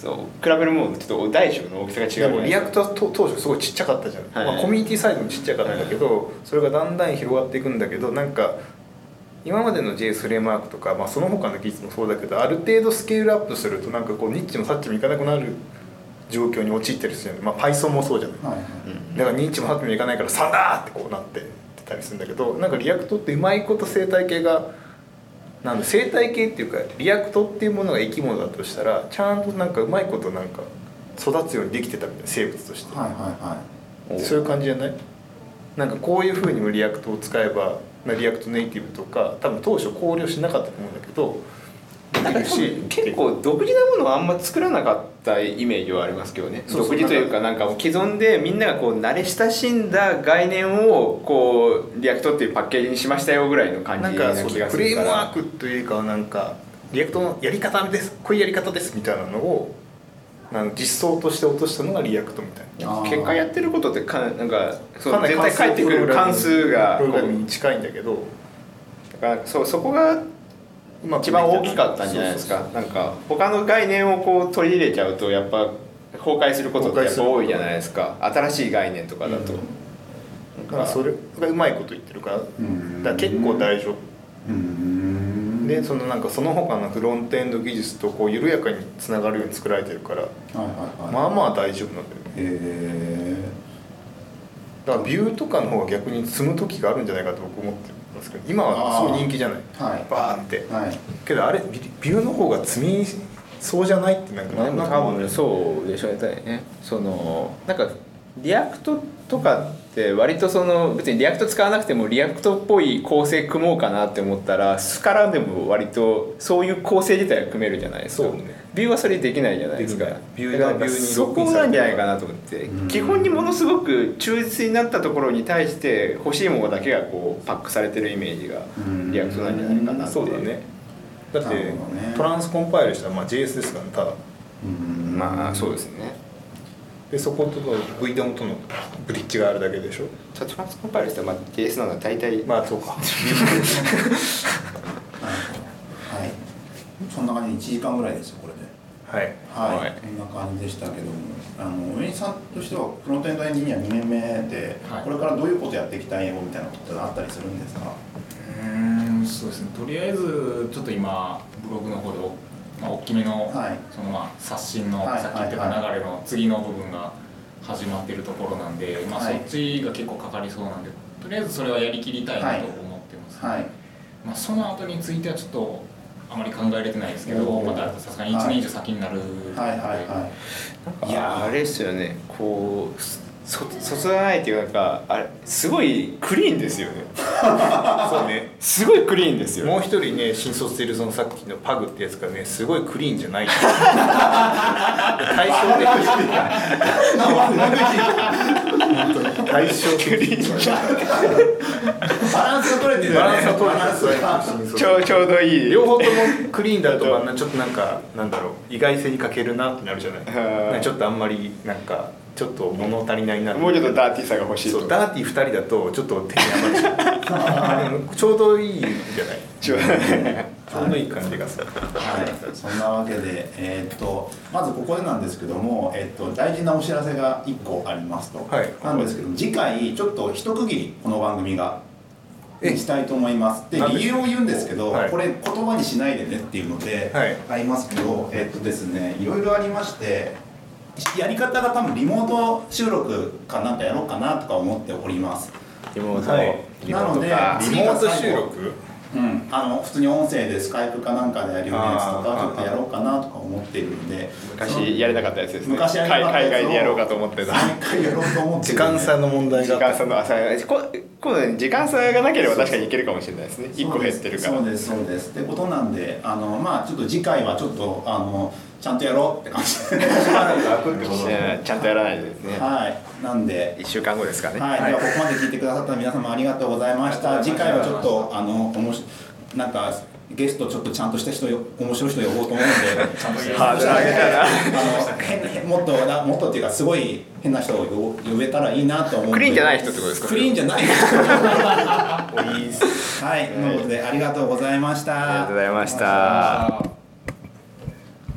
S2: そう比べるもののちょっと大小の大きさが違うじ
S4: で
S2: ゃない
S4: もリアクトはと当初すごいちっちゃかったじゃん、
S2: はい
S4: まあ、コミュニティサイズもちっちゃかったんだけど、それがだんだん広がっていくんだけどなんか今までの JS フレームワークとか、まあ、その他の技術もそうだけどある程度スケールアップするとなんかこうニッチもサッチもいかなくなる状況に陥ってるじゃん、まあ、Python もそうじゃない、
S1: はいはい
S4: だからニッチもサッチもいかないから「サンダー!」ってこうなってってたりするんだけどなんかリアクトってうまいこと生態系がなんで生態系っていうかリアクトっていうものが生き物だとしたらちゃんとなんかうまいことなんか育つようにできてたみたいな生物として、
S1: はいは
S4: そういう感じじゃないなんかこういうふうにもリアクトを使えばまあリアクトネイティブとか多分当初考慮しなかったと思うんだけど
S2: なん
S4: で
S2: か
S4: きる
S2: 多
S4: し
S2: 分結構独自なものはあんま作らなかったイメージはありますけどね
S4: そうそ
S2: 独
S4: う
S2: 自というかなんか既存でみんながこう慣れ親しんだ概念をこうリアクトっていうパッケージにしましたよぐらいの感じな
S4: な
S2: ん気
S4: か
S2: が
S4: そう
S2: するから
S4: フレームワークというかはなんかリアクトのやり方ですこういうやり方ですみたいなのをなんか実装として落としたのがリアクトみたいな
S1: あー
S2: 結果やってることってかなんかそ
S4: か
S2: う
S4: なり
S2: 絶対返ってくる関数が
S4: プ
S2: こ
S4: ログラミング
S2: う
S4: に近いんだけど
S2: だからそうそこが
S4: うまく
S2: 一
S4: できた
S2: 番大きかったんじゃないですか
S4: そうそう
S2: なんか他の概念をこう取り入れちゃうとやっぱ崩壊することってやっぱ多いじゃないですか新しい概念とかだと、
S4: そうだからそれがうまいこと言ってるからだ
S1: ん
S4: から結構大丈夫
S1: いうーん
S4: でそのなんかその他のフロントエンド技術とこう緩やかにつながるように作られてるから
S1: はいはいはい
S4: まあまあ大丈夫なんだよね
S1: え
S4: だからビューとかの方が逆に積む時があるんじゃないかと僕思ってますけど今はすごい人気じゃない
S1: ーはい
S4: バーンって
S1: ー、はい
S4: けどあれビビューの方が積みそうじゃないってなんか
S2: まあ、でも多分
S4: ね
S2: そうでしょうねそのなんかリアクトとかって割とその別にリアクト使わなくてもリアクトっぽい構成組もうかなって思ったらスからでも割とそういう構成自体は組めるじゃないですか
S4: そうね
S2: ビューはそれできないじゃないですか
S4: できないビューが
S2: だから
S4: ビューに
S2: そこなんじゃないかなと思って
S1: うん
S2: 基本にものすごく忠実になったところに対して欲しいものだけがこうパックされてるイメージが
S1: うん
S2: リアクトなんじゃないかなって
S4: そうだねだって、
S1: なるほどね
S4: トランスコンパイルしたらまあ JS ですからねただ
S1: うん
S2: まあそうですね
S4: でそことの VDOM とのブリッジがあるだけでしょ
S2: じゃあトランスコンパイルしたらまあ JS なのは大体
S4: まあそう か
S1: はいそんな感じで1時間ぐらいですよこれで
S4: はい
S1: はい、
S2: はい
S1: こんな感じでしたけどもあの上井さんとしてはフロントエンドエンジニア2年目で、
S3: はい
S1: これからどういうことやっていきたいよみたいなことがあったりするんですか
S3: うーんそうですねとりあえずちょっと今ブログの方でお、まあ、大きめの,、
S1: はい
S3: そのまあ刷新の、
S1: はい
S3: さっき言って
S1: はいは
S3: た流れの次の部分が始まっているところなんで、まあ、
S1: は
S3: そ
S1: い
S3: っちが結構かかりそうなんで、とりあえずそれはやりきりたいなと思ってます、
S1: はい
S3: まあ、その後についてはちょっとあまり考えれてないですけど
S1: おー
S3: またさすがに1年以上先になるので、
S1: はいはいはい
S2: いやーあれですよねこうそ卒がないっていうかあれすごいクリーンですよね
S4: そうね
S2: すごいクリーンですよ
S4: も
S2: ね
S4: う一人ね新卒でいるそのさっきのパグってやつがねすごいクリーンじゃない 対照的
S1: バランスが
S4: 対照的
S1: 取れてるよね
S4: バランスが取れてる
S1: バランスが
S4: 新卒
S2: ちょうちょうどいい
S4: 両方ともクリーンだとまあちょっとなんかなんだろう意外性に欠けるなってなるじゃない
S2: ー
S4: なんかちょっとあんまりなんかちょっと物足りないな
S2: もうちょっと
S4: ダ
S2: ダーティーさが欲しい
S4: そう
S2: と
S4: ダーティー2人だとちょっと手に余っちゃうでもちょうどいいんじゃない
S2: ちょ
S4: ちょうどいい感じがする
S1: はい、そんなわけで、えーっとまずここでなんですけども、えーっと大事なお知らせが1個ありますと、
S4: はい
S1: なんですけど次回ちょっと一区切りこの番組が
S4: え
S1: したいと思いますで
S4: なんで
S1: 理由を言うんですけど、
S4: はい
S1: これ言葉にしないでねっていうので、
S4: はい
S1: ありますけどえーっとですねいろいろありましてやり方が多分リモート収録かなんかやろうかなとか思っております、
S2: 妹
S4: はい
S2: リモート
S1: な
S2: か
S1: ので
S4: リモート収録
S1: うん、あの普通に音声でスカイプかなんかでやるようなやつとか
S4: あー
S1: ちょっとやろうかなとか思っているので
S2: 昔やれなかったやつですね
S1: 昔やりたかったやつを
S2: 海海外でやろうかと思ってた
S1: 3回やろうと思ってる
S4: 時
S1: んで
S4: 間差の問題
S2: 時
S4: が
S2: 間差の朝こ今度ね時間差がなければ確かにいけるかもしれないですね1個減ってるから
S1: そうですそうですってことなんであのまあちょっと次回はちょっとあのちゃんとやろうって感じで、
S2: いやちゃんとやらないとです ね
S1: はいなんで
S2: 1週間後ですかね
S1: はい、ではここまで聞いてくださった皆様ありがとうございました。次回はちょっとあのおもしなんかゲストちょっとちゃんとした人よ面白い人呼ぼうと思うので、ちゃんと
S2: ハードル上げたな
S1: あの変 もっとなもっとっていうかすごい変な人を呼呼べたらいいなと思う。
S2: クリーンじゃない人ってことですか
S1: クリーンじゃない。
S4: いいっ す
S1: はい、ということでありがとうございました。
S2: ありがとうございました。